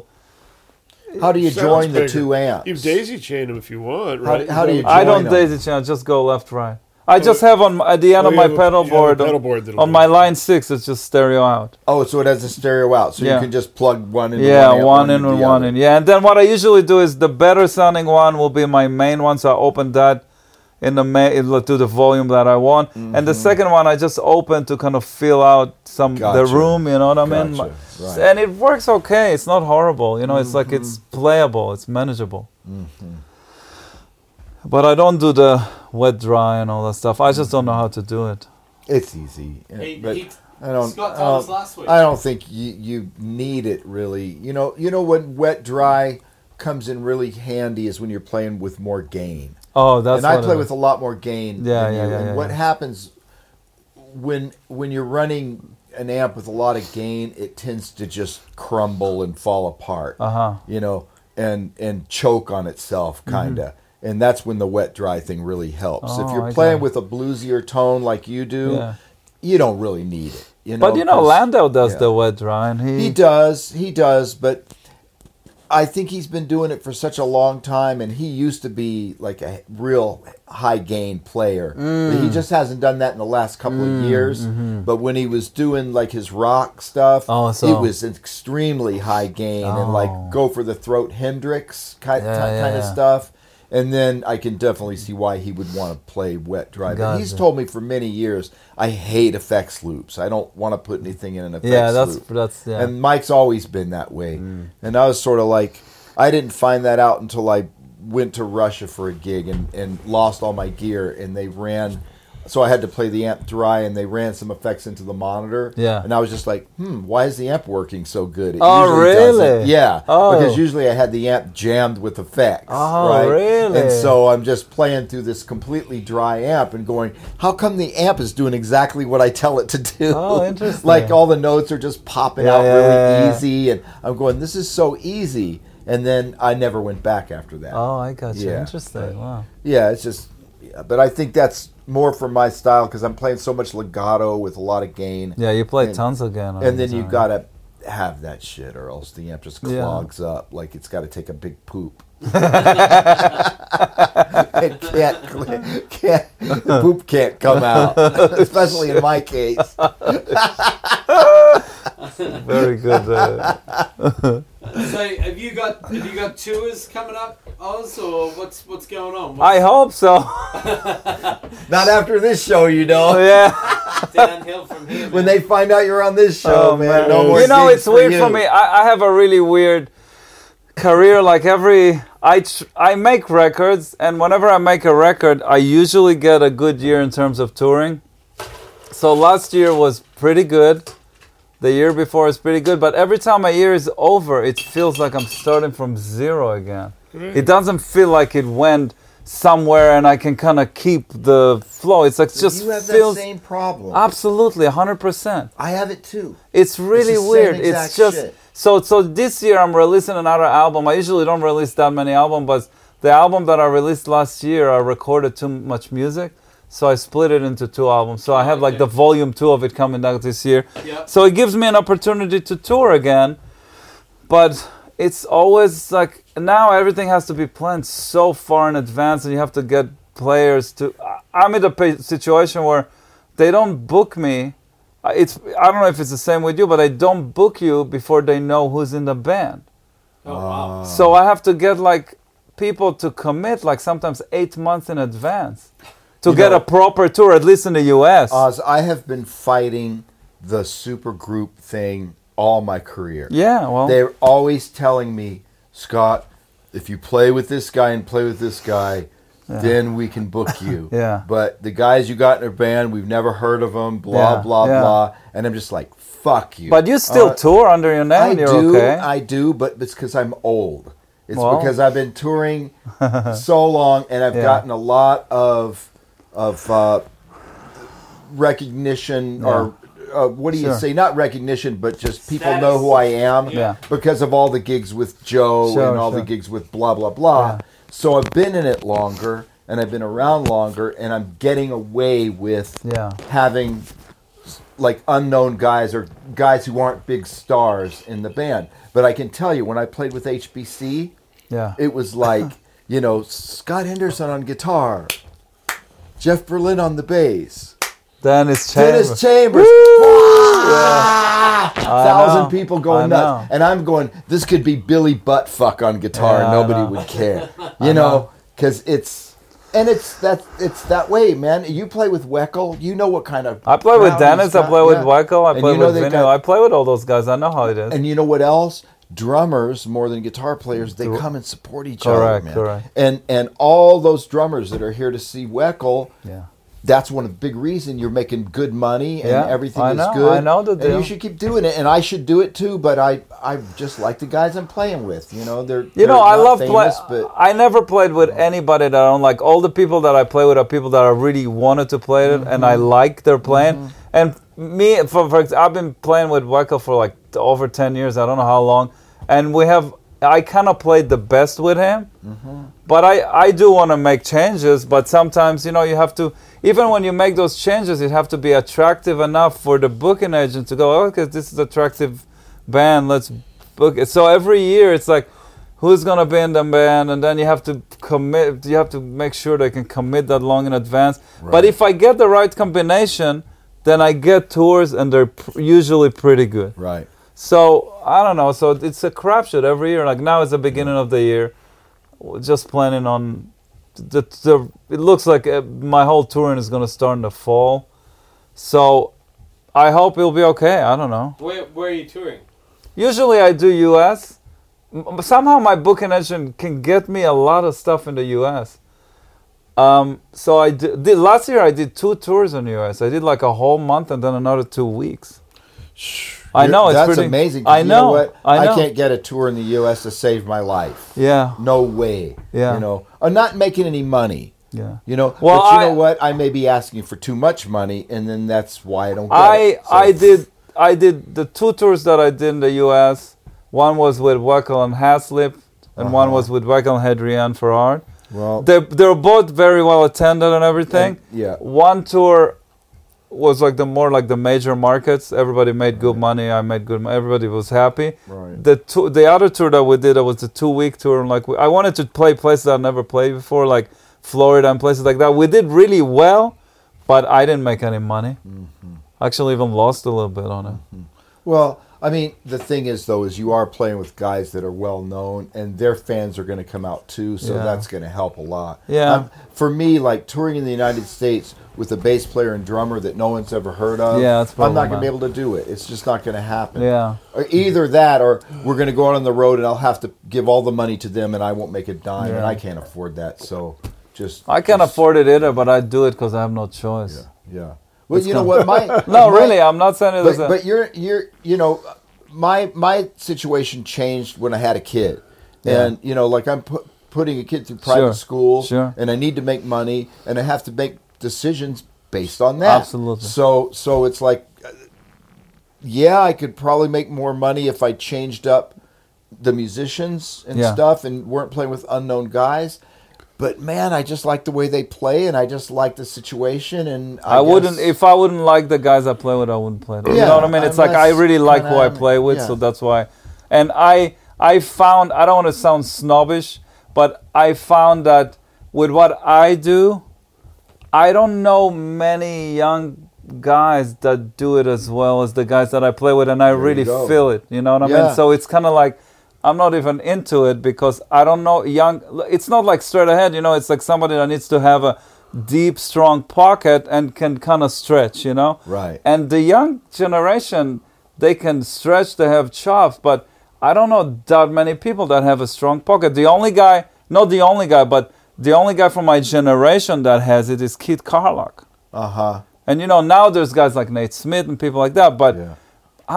Speaker 4: how do you
Speaker 3: Sounds
Speaker 4: join the
Speaker 3: bigger.
Speaker 4: two amps?
Speaker 3: You daisy chain them if you want,
Speaker 4: How-
Speaker 3: right?
Speaker 4: how do you
Speaker 1: i don't
Speaker 4: Join 'em.
Speaker 1: daisy chain I just go left right i just have on at the end
Speaker 3: Oh,
Speaker 1: of
Speaker 3: you
Speaker 1: my
Speaker 3: have a-
Speaker 1: pedal
Speaker 3: you have a
Speaker 1: board,
Speaker 3: pedal board
Speaker 1: on,
Speaker 3: that'll do
Speaker 1: my
Speaker 3: it.
Speaker 1: line six it's just stereo out
Speaker 4: Oh, so it has a stereo out, so
Speaker 1: Yeah.
Speaker 4: you can just plug one in.
Speaker 1: yeah
Speaker 4: one,
Speaker 1: one,
Speaker 4: amp,
Speaker 1: in
Speaker 4: the
Speaker 1: and one
Speaker 4: other.
Speaker 1: in yeah and then what i usually do is the better sounding one will be my main one so i open that in the main to the volume that i want and
Speaker 4: Mm-hmm.
Speaker 1: the second one i just open to kind of fill out some
Speaker 4: Gotcha.
Speaker 1: the room you know what i mean
Speaker 4: Gotcha. Right. Mm-hmm.
Speaker 1: and it works okay it's not horrible you know it's like it's playable it's manageable but i don't do the wet dry and all that stuff i just don't know how
Speaker 4: Mm-hmm.
Speaker 1: to do it
Speaker 4: It's easy, yeah,
Speaker 5: He-
Speaker 4: but
Speaker 5: he-
Speaker 4: I don't.
Speaker 5: Scott
Speaker 4: I
Speaker 5: told us
Speaker 4: don't-
Speaker 5: last week.
Speaker 4: I don't think you, you need it really. You know, you know when wet dry comes in really handy is when you're playing with more gain.
Speaker 1: oh that's
Speaker 4: and I
Speaker 1: what it
Speaker 4: play
Speaker 1: is.
Speaker 4: with a lot more
Speaker 1: Yeah,
Speaker 4: gain. than
Speaker 1: yeah,
Speaker 4: you.
Speaker 1: yeah,
Speaker 4: And
Speaker 1: yeah,
Speaker 4: what
Speaker 1: yeah.
Speaker 4: happens when when you're running an amp with a lot of gain, it tends to just crumble and fall apart.
Speaker 1: Uh-huh.
Speaker 4: You know, and and choke on itself, kinda. And that's when the wet dry thing really helps. if
Speaker 1: Mm-hmm. Oh,
Speaker 4: you're
Speaker 1: I
Speaker 4: playing
Speaker 1: got
Speaker 4: with a bluesier tone like you do,
Speaker 1: Yeah.
Speaker 4: you don't really need it. You know,
Speaker 1: but you know
Speaker 4: 'cause-
Speaker 1: lando does
Speaker 4: yeah.
Speaker 1: the wet dry and he,
Speaker 4: he does, he does, but I think he's been doing it for such a long time, and he used to be like a real high gain player, but
Speaker 1: Mm.
Speaker 4: he just hasn't done that in the last couple of years. But when he was doing like his rock stuff,
Speaker 1: mm-hmm. Oh,
Speaker 4: he
Speaker 1: so- Oh.
Speaker 4: was extremely high gain and like go for the throat Hendrix kind,
Speaker 1: Yeah, yeah,
Speaker 4: kind of
Speaker 1: yeah.
Speaker 4: stuff. And then I can definitely see why he would want to play wet dry. But he's
Speaker 1: Gotcha.
Speaker 4: told me for many years, I hate effects loops. I don't want to put anything in an effects
Speaker 1: yeah that's
Speaker 4: loop
Speaker 1: that's yeah Mm.
Speaker 4: and Mike's always been that way. And I was sort of like, I didn't find that out until I went to Russia for a gig and, and lost all my gear, and they ran. So I had to play the amp dry, and they ran some effects into the monitor.
Speaker 1: Yeah.
Speaker 4: and I was just like, "Hmm, why is the amp working so good?" It
Speaker 1: Oh,
Speaker 4: usually doesn't."
Speaker 1: really?
Speaker 4: Yeah,
Speaker 1: Oh.
Speaker 4: because usually I had the amp jammed with effects.
Speaker 1: Oh,
Speaker 4: right?
Speaker 1: really?
Speaker 4: And so I'm just playing through this completely dry amp and going, "How come the amp is doing exactly what I tell it to do?"
Speaker 1: Oh, interesting.
Speaker 4: like all the notes are just popping
Speaker 1: Yeah,
Speaker 4: out
Speaker 1: yeah,
Speaker 4: really
Speaker 1: yeah, yeah.
Speaker 4: easy, and I'm going, "This is so easy." And then I never went back after that.
Speaker 1: oh i got you
Speaker 4: Yeah,
Speaker 1: interesting wow
Speaker 4: Yeah, it's just, yeah, but I think that's more for my style because I'm playing so much legato with a lot of gain,
Speaker 1: yeah you play
Speaker 4: And-
Speaker 1: tons again
Speaker 4: and then you gotta have that shit, or else the amp just
Speaker 1: Yeah.
Speaker 4: clogs up. Like it's got to take a big poop. it can't, cle- can't, the poop can't come out, especially in my case.
Speaker 1: very good uh,
Speaker 5: So have you got have you got tours coming up, Oz, or what's what's going on? What's
Speaker 1: i hope so
Speaker 4: Not after this show, you know.
Speaker 1: yeah
Speaker 5: downhill from here?
Speaker 4: when
Speaker 5: man?
Speaker 4: they find out you're on this show,
Speaker 1: Oh,
Speaker 4: man,
Speaker 1: man.
Speaker 4: no more.
Speaker 1: you know,
Speaker 4: gigs
Speaker 1: it's weird
Speaker 4: you.
Speaker 1: for me. I, I have a really weird career. Like every, I tr- I make records, and whenever I make a record, I usually get a good year in terms of touring. So last year was pretty good. The year before is pretty good, but every time a year is over, it feels like I'm starting from zero again. It doesn't feel like it went somewhere and I can kind of keep the flow. It's like just
Speaker 4: you have
Speaker 1: feels
Speaker 4: that same problem.
Speaker 1: absolutely 100%.
Speaker 4: I have it too.
Speaker 1: It's really
Speaker 4: the same
Speaker 1: weird.
Speaker 4: exact
Speaker 1: It's just
Speaker 4: shit.
Speaker 1: so so this year I'm releasing another album. I usually don't release that many albums, but the album that I released last year I recorded too much music. So I split it into two albums. So I have like
Speaker 5: Okay.
Speaker 1: the volume two of it coming out this year.
Speaker 5: Yeah.
Speaker 1: So it gives me an opportunity to tour again. But it's always like now everything has to be planned so far in advance, and you have to get players to. I- I'm in a pa- situation where they don't book me. I- Uh, It's I don't know if it's the same with you, but I don't book you before they know who's in the band.
Speaker 5: Oh,
Speaker 4: Ah.
Speaker 5: wow.
Speaker 1: So I have to get like people to commit, like sometimes eight months in advance, to
Speaker 4: You
Speaker 1: get
Speaker 4: know- Ah,
Speaker 1: a proper tour, at least in the U.S.
Speaker 4: Oz, I have been fighting the supergroup thing all my career.
Speaker 1: yeah, well,
Speaker 4: They're always telling me, Scott, if you play with this guy and play with this guy, then we can book you.
Speaker 1: Yeah.
Speaker 4: But the guys you got in your band, we've never heard of them, blah,
Speaker 1: Yeah,
Speaker 4: blah,
Speaker 1: yeah.
Speaker 4: blah. And I'm just like, fuck you.
Speaker 1: but you still
Speaker 4: Uh,
Speaker 1: tour under your name.
Speaker 4: I
Speaker 1: you're
Speaker 4: do,
Speaker 1: okay.
Speaker 4: I do, but it's because I'm old. It's
Speaker 1: Well.
Speaker 4: because I've been touring so long, and I've
Speaker 1: Yeah.
Speaker 4: gotten a lot of of uh, recognition or. Uh, what do you
Speaker 1: Sure.
Speaker 4: say? Not recognition, but just people know
Speaker 5: Status.
Speaker 4: who I am
Speaker 1: Yeah.
Speaker 4: because of all the gigs with Joe
Speaker 1: Sure,
Speaker 4: and all
Speaker 1: sure.
Speaker 4: the gigs with blah blah blah. So I've been in it longer and I've been around longer, and I'm getting away with
Speaker 1: Yeah.
Speaker 4: having like unknown guys or guys who aren't big stars in the band. But I can tell you, when I played with HBC,
Speaker 1: yeah.
Speaker 4: it was like you know Scott Henderson on guitar, Jeff Berlin on the bass,
Speaker 1: Dennis Chambers.
Speaker 4: Dennis Chambers. Ah!
Speaker 1: know.
Speaker 4: Thousand people
Speaker 1: I
Speaker 4: going
Speaker 1: know.
Speaker 4: nuts, and I'm going. This could be Billy Buttfuck on guitar,
Speaker 1: Yeah,
Speaker 4: and
Speaker 1: I
Speaker 4: nobody
Speaker 1: know.
Speaker 4: would care. You know, because it's and it's that it's that way, man. You play with Weckel, you know what kind of.
Speaker 1: I play with
Speaker 4: crowd
Speaker 1: Dennis.
Speaker 4: he's
Speaker 1: I
Speaker 4: got,
Speaker 1: play with
Speaker 4: yeah.
Speaker 1: Michael. I
Speaker 4: And
Speaker 1: play
Speaker 4: you know
Speaker 1: with
Speaker 4: they've
Speaker 1: Vinny.
Speaker 4: got-
Speaker 1: I play with all those guys. I know how it is.
Speaker 4: And you know what else? Drummers, more than guitar players, they come and support each
Speaker 1: Correct,
Speaker 4: other, man.
Speaker 1: correct.
Speaker 4: And and all those drummers that are here to see Weckel,
Speaker 1: yeah.
Speaker 4: that's one of the big reason you're making good money and
Speaker 1: Yeah,
Speaker 4: everything
Speaker 1: I
Speaker 4: is
Speaker 1: know,
Speaker 4: good.
Speaker 1: I know the
Speaker 4: And
Speaker 1: deal.
Speaker 4: you should keep doing it. And I should do it too, but I I just like the guys I'm playing with. You know, they're
Speaker 1: You know, I love
Speaker 4: playing,
Speaker 1: play. I never played with anybody that I don't like. All the people that I play with are people that I really wanted to play it, and I like their playing. And me, for, for ex- I've been playing with Wacko for like t- over ten years. I don't know how long, and we have. I kind of played the best with him, but I I do want to make changes. But sometimes you know you have to. Even when you make those changes, you have to be attractive enough for the booking agent to go, okay, this is attractive band. Let's book it. So every year it's like, who's gonna be in the band, and then you have to commit. You have to make sure they can commit that long in advance. But if I get the right combination, then I get tours, and they're pr- usually pretty good.
Speaker 4: right.
Speaker 1: So I don't know. So it's a crapshoot every year. Like now is the beginning of the year. We're just planning on the, the. It looks like uh, my whole touring is gonna start in the fall. So I hope it'll be okay. I don't know.
Speaker 5: Where, where are you touring?
Speaker 1: Usually I do US. M- Somehow my booking agent can get me a lot of stuff in the US. Um, so I did, did last year. I did two tours in the US. I did like a whole month and then another two weeks. I know it's
Speaker 4: that's
Speaker 1: pretty,
Speaker 4: amazing. 'cause
Speaker 1: I know.
Speaker 4: you what?
Speaker 1: I know.
Speaker 4: can't get a tour in the US to save my life.
Speaker 1: Yeah.
Speaker 4: No way.
Speaker 1: Yeah.
Speaker 4: You know. I'm not making any money.
Speaker 1: Yeah.
Speaker 4: You know,
Speaker 1: Well,
Speaker 4: but you
Speaker 1: I-
Speaker 4: know what? I may be asking for too much money, and then that's why I don't. Get
Speaker 1: I
Speaker 4: it. So-
Speaker 1: I did I did the two tours that I did in the U.S. One was with Wackel and Haslip, and
Speaker 4: Uh-huh.
Speaker 1: one was with Wackel and Hadrian Ferrard.
Speaker 4: Well-
Speaker 1: they they're both very well attended and everything.
Speaker 4: And- yeah.
Speaker 1: One tour was like the more like the major markets. Everybody made good money. I made good. money. Everybody was happy.
Speaker 4: Right.
Speaker 1: The two, the other tour that we did that was the two week tour. And like we, I wanted to play places I never played before, like Florida and places like that. We did really well, but I didn't make any money.
Speaker 4: Mm-hmm.
Speaker 1: Actually, even lost a little bit on it.
Speaker 4: Well, I mean, the thing is though, is you are playing with guys that are well known, and their fans are going to come out too, so
Speaker 1: Yeah.
Speaker 4: that's going to help a lot. Um,
Speaker 1: Yeah.
Speaker 4: for me, like touring in the United States with a bass player and drummer that no one's ever heard of,
Speaker 1: Yeah, that's
Speaker 4: I'm not going to be
Speaker 1: problematic.
Speaker 4: able to do it. It's just not going to happen.
Speaker 1: Yeah.
Speaker 4: Or either that, or we're going to go out on the road, and I'll have to give all the money to them, and I won't make a dime, and
Speaker 1: Yeah.
Speaker 4: I can't afford that. So, just
Speaker 1: I can't
Speaker 4: just-
Speaker 1: afford it either, but I do it because I have no choice.
Speaker 4: Yeah. Well, you know what, my
Speaker 1: No,
Speaker 4: my-
Speaker 1: really, I'm not saying it
Speaker 4: but,
Speaker 1: as a.
Speaker 4: but you're you're you know my my situation changed when I had a kid, and you know like I'm pu- putting a kid through private
Speaker 1: Sure,
Speaker 4: school,
Speaker 1: sure.
Speaker 4: and I need to make money, and I have to make decisions based on that.
Speaker 1: Absolutely.
Speaker 4: So so it's like, uh, yeah, I could probably make more money if I changed up the musicians and
Speaker 1: Yeah.
Speaker 4: stuff and weren't playing with unknown guys. But man, I just like the way they play, and I just like the situation. And I,
Speaker 1: I, wouldn't
Speaker 4: guess-
Speaker 1: if I wouldn't like the guys I play with. I wouldn't play them. you
Speaker 4: Yeah,
Speaker 1: know what I mean? It's like I
Speaker 4: unless-
Speaker 1: really like who I
Speaker 4: um,
Speaker 1: play with,
Speaker 4: yeah.
Speaker 1: so that's why. And I I found I don't want to sound snobbish, but I found that with what I do, I don't know many young guys that do it as well as the guys that I play with, and I
Speaker 4: you
Speaker 1: really
Speaker 4: go.
Speaker 1: feel it. You know what I
Speaker 4: Yeah.
Speaker 1: mean? So it's kind of like. I'm not even into it because I don't know young. It's not like straight ahead, you know. It's like somebody that needs to have a deep, strong pocket and can kind of stretch, you know.
Speaker 4: Right.
Speaker 1: And the young generation, they can stretch, they have chops, but I don't know that many people that have a strong pocket. The only guy, not the only guy, but the only guy from my generation that has it is Keith Carlock.
Speaker 4: uh huh.
Speaker 1: And you know, now there's guys like Nate Smith and people like that, but
Speaker 4: Yeah.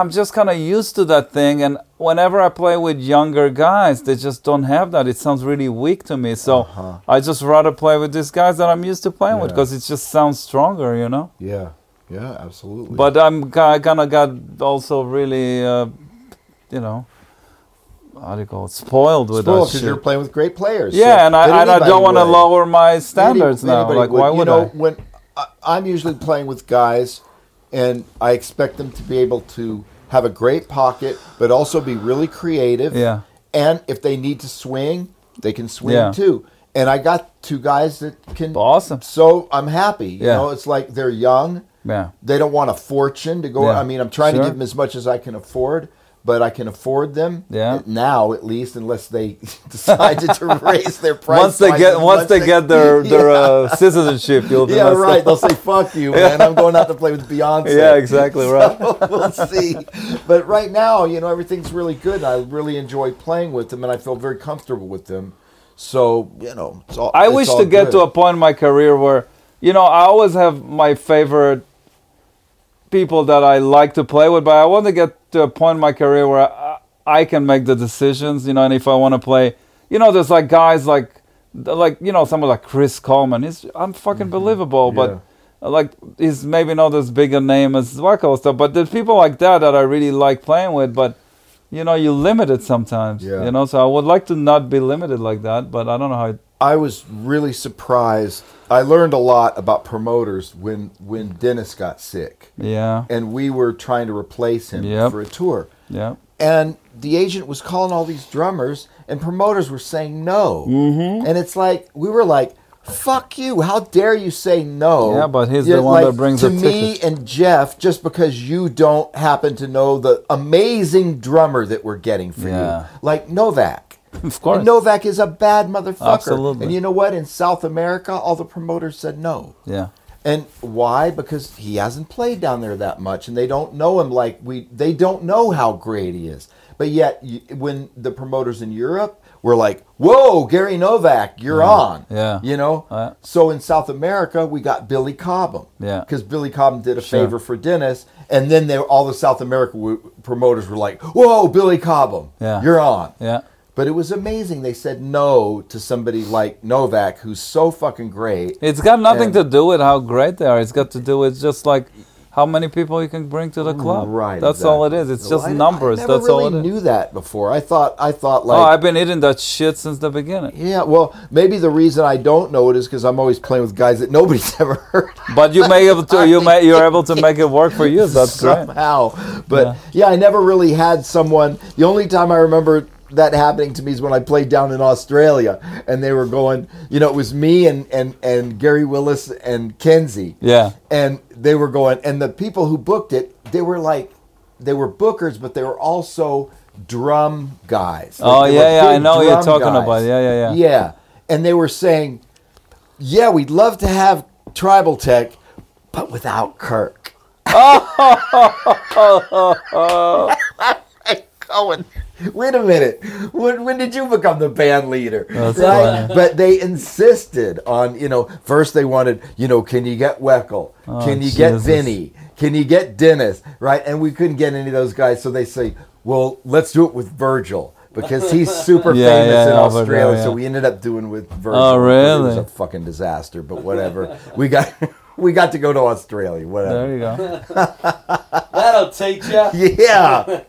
Speaker 1: I'm just kind of used to that thing. And whenever I play with younger guys, they just don't have that. It sounds really weak to me. So I just rather play with these guys that I'm used to playing with
Speaker 4: Uh-huh. Yeah.
Speaker 1: 'cause with because it just sounds stronger, you know?
Speaker 4: Yeah. Yeah. Absolutely.
Speaker 1: But I'm kind of got also really, uh, you know, how do you call it? Spoiled with
Speaker 4: Spoiled
Speaker 1: that
Speaker 4: uh, because
Speaker 1: shit.
Speaker 4: you're playing with great players.
Speaker 1: yeah,
Speaker 4: so-
Speaker 1: and I,
Speaker 4: but
Speaker 1: and I
Speaker 4: anybody
Speaker 1: don't want to
Speaker 4: would.
Speaker 1: lower my
Speaker 4: Any-
Speaker 1: standards now.
Speaker 4: anybody
Speaker 1: Like, why
Speaker 4: You
Speaker 1: would
Speaker 4: know,
Speaker 1: I?
Speaker 4: when I, I'm usually playing with guys, and I expect them to be able to have a great pocket, but also be really creative.
Speaker 1: Yeah.
Speaker 4: And if they need to swing, they can swing
Speaker 1: Yeah.
Speaker 4: too. And I got two guys that can.
Speaker 1: Awesome.
Speaker 4: So I'm happy. You
Speaker 1: Yeah.
Speaker 4: know, it's like they're young.
Speaker 1: Yeah.
Speaker 4: They don't want a fortune to go.
Speaker 1: Yeah.
Speaker 4: I mean, I'm trying
Speaker 1: Sure.
Speaker 4: to give them as much as I can afford, but I can afford them
Speaker 1: Yeah.
Speaker 4: now at least, unless they decided to raise their price.
Speaker 1: Once they
Speaker 4: like-
Speaker 1: get once they get their their uh, citizenship, you'll be
Speaker 4: yeah,
Speaker 1: messed
Speaker 4: right.
Speaker 1: up.
Speaker 4: They'll say, "Fuck you, man! I'm going out to play with Beyonce."
Speaker 1: Yeah, exactly right.
Speaker 4: we'll see. But right now, you know, everything's really good. I really enjoy playing with them, and I feel very comfortable with them. So you know, it's all,
Speaker 1: I
Speaker 4: it's
Speaker 1: wish
Speaker 4: all
Speaker 1: to get
Speaker 4: good.
Speaker 1: to a point in my career where, you know, I always have my favorite people that I like to play with, but I want to get to a point in my career where I, I can make the decisions, you know, and if I want to play, you know, there's like guys like, like you know, someone like Chris Coleman. He's I'm fucking
Speaker 4: Mm-hmm.
Speaker 1: believable, but like he's maybe not as big a name as Wacko and stuff, but there's people like that that I really like playing with, but. You know, you limit it sometimes.
Speaker 4: Yeah.
Speaker 1: You know, so I would like to not be limited like that, but I don't know how
Speaker 4: I was really surprised. I learned a lot about promoters when when Dennis got sick,
Speaker 1: Yeah.
Speaker 4: and we were trying to replace him
Speaker 1: Yep.
Speaker 4: for a tour.
Speaker 1: Yeah.
Speaker 4: and the agent was calling all these drummers and promoters were saying no mm-hmm. and it's like we were like fuck you how dare you say no
Speaker 1: Yeah, but he's
Speaker 4: Yet,
Speaker 1: the one that brings
Speaker 4: to
Speaker 1: the
Speaker 4: me
Speaker 1: tickets.
Speaker 4: and jeff just because you don't happen to know the amazing drummer that we're getting for
Speaker 1: Yeah.
Speaker 4: you like novak
Speaker 1: Of course.
Speaker 4: And Novak is a bad motherfucker.
Speaker 1: Absolutely.
Speaker 4: And you know what? In South America, all the promoters said no.
Speaker 1: Yeah.
Speaker 4: And why? Because he hasn't played down there that much, and they don't know him like we. They don't know how great he is. But yet, y- when the promoters in Europe were like, "Whoa, Gary Novak, you're on,"
Speaker 1: Yeah.
Speaker 4: you know.
Speaker 1: Yeah.
Speaker 4: So in South America, we got Billy Cobham,
Speaker 1: Yeah.
Speaker 4: because Billy Cobham did a
Speaker 1: Sure.
Speaker 4: favor for Dennis, and then they all the South America w- promoters were like, "Whoa, Billy Cobham,
Speaker 1: Yeah.
Speaker 4: you're on."
Speaker 1: Yeah.
Speaker 4: But it was amazing. They said no to somebody like Novak, who's so fucking great.
Speaker 1: It's got nothing
Speaker 4: And-
Speaker 1: to do with how great they are. It's got to do with just like how many people you can bring to the club.
Speaker 4: Mm, Right.
Speaker 1: That's all it
Speaker 4: exactly.
Speaker 1: is. It's
Speaker 4: Well,
Speaker 1: just
Speaker 4: I-
Speaker 1: numbers.
Speaker 4: I never
Speaker 1: That's
Speaker 4: really
Speaker 1: all it is.
Speaker 4: knew that before. I thought I thought
Speaker 1: oh, I've
Speaker 4: like
Speaker 1: been eating that shit since the beginning.
Speaker 4: yeah. Well, maybe the reason I don't know it is because I'm always playing with guys that nobody's ever heard. of
Speaker 1: But you may able to you may you're able to make it work for you. That's great.
Speaker 4: somehow. But yeah. I never really had someone. The only time I remember that happening to me is when I played down in Australia, and they were going. You know, it was me and and and Gary Willis and Kenzie.
Speaker 1: Yeah.
Speaker 4: and they were going and the people who booked it they were like they were bookers but they were also drum guys Like,
Speaker 1: Oh,
Speaker 4: they
Speaker 1: yeah,
Speaker 4: were
Speaker 1: yeah, I
Speaker 4: big
Speaker 1: know what you're
Speaker 4: drum
Speaker 1: talking about. Yeah, yeah, yeah.
Speaker 4: yeah and they were saying yeah we'd love to have tribal tech but without kirk going. Wait a minute. When, when did you become the band leader?
Speaker 1: That's
Speaker 4: right? But they insisted on, you know, first they wanted, you know, can you get Weckel? can you get
Speaker 1: Oh, Jesus.
Speaker 4: Vinny? Can you get Dennis? Right? And we couldn't get any of those guys. So they say, well, let's do it with Virgil. because he's super
Speaker 1: Yeah,
Speaker 4: famous
Speaker 1: yeah,
Speaker 4: in
Speaker 1: yeah,
Speaker 4: Australia.
Speaker 1: Alberto,
Speaker 4: So
Speaker 1: yeah.
Speaker 4: we ended up doing with Virgil.
Speaker 1: Oh,
Speaker 4: but It was
Speaker 1: really?
Speaker 4: a fucking disaster, but whatever. we got we got to go to Australia.
Speaker 1: There
Speaker 4: Whatever.
Speaker 1: you go.
Speaker 5: That'll teach you.
Speaker 4: Yeah.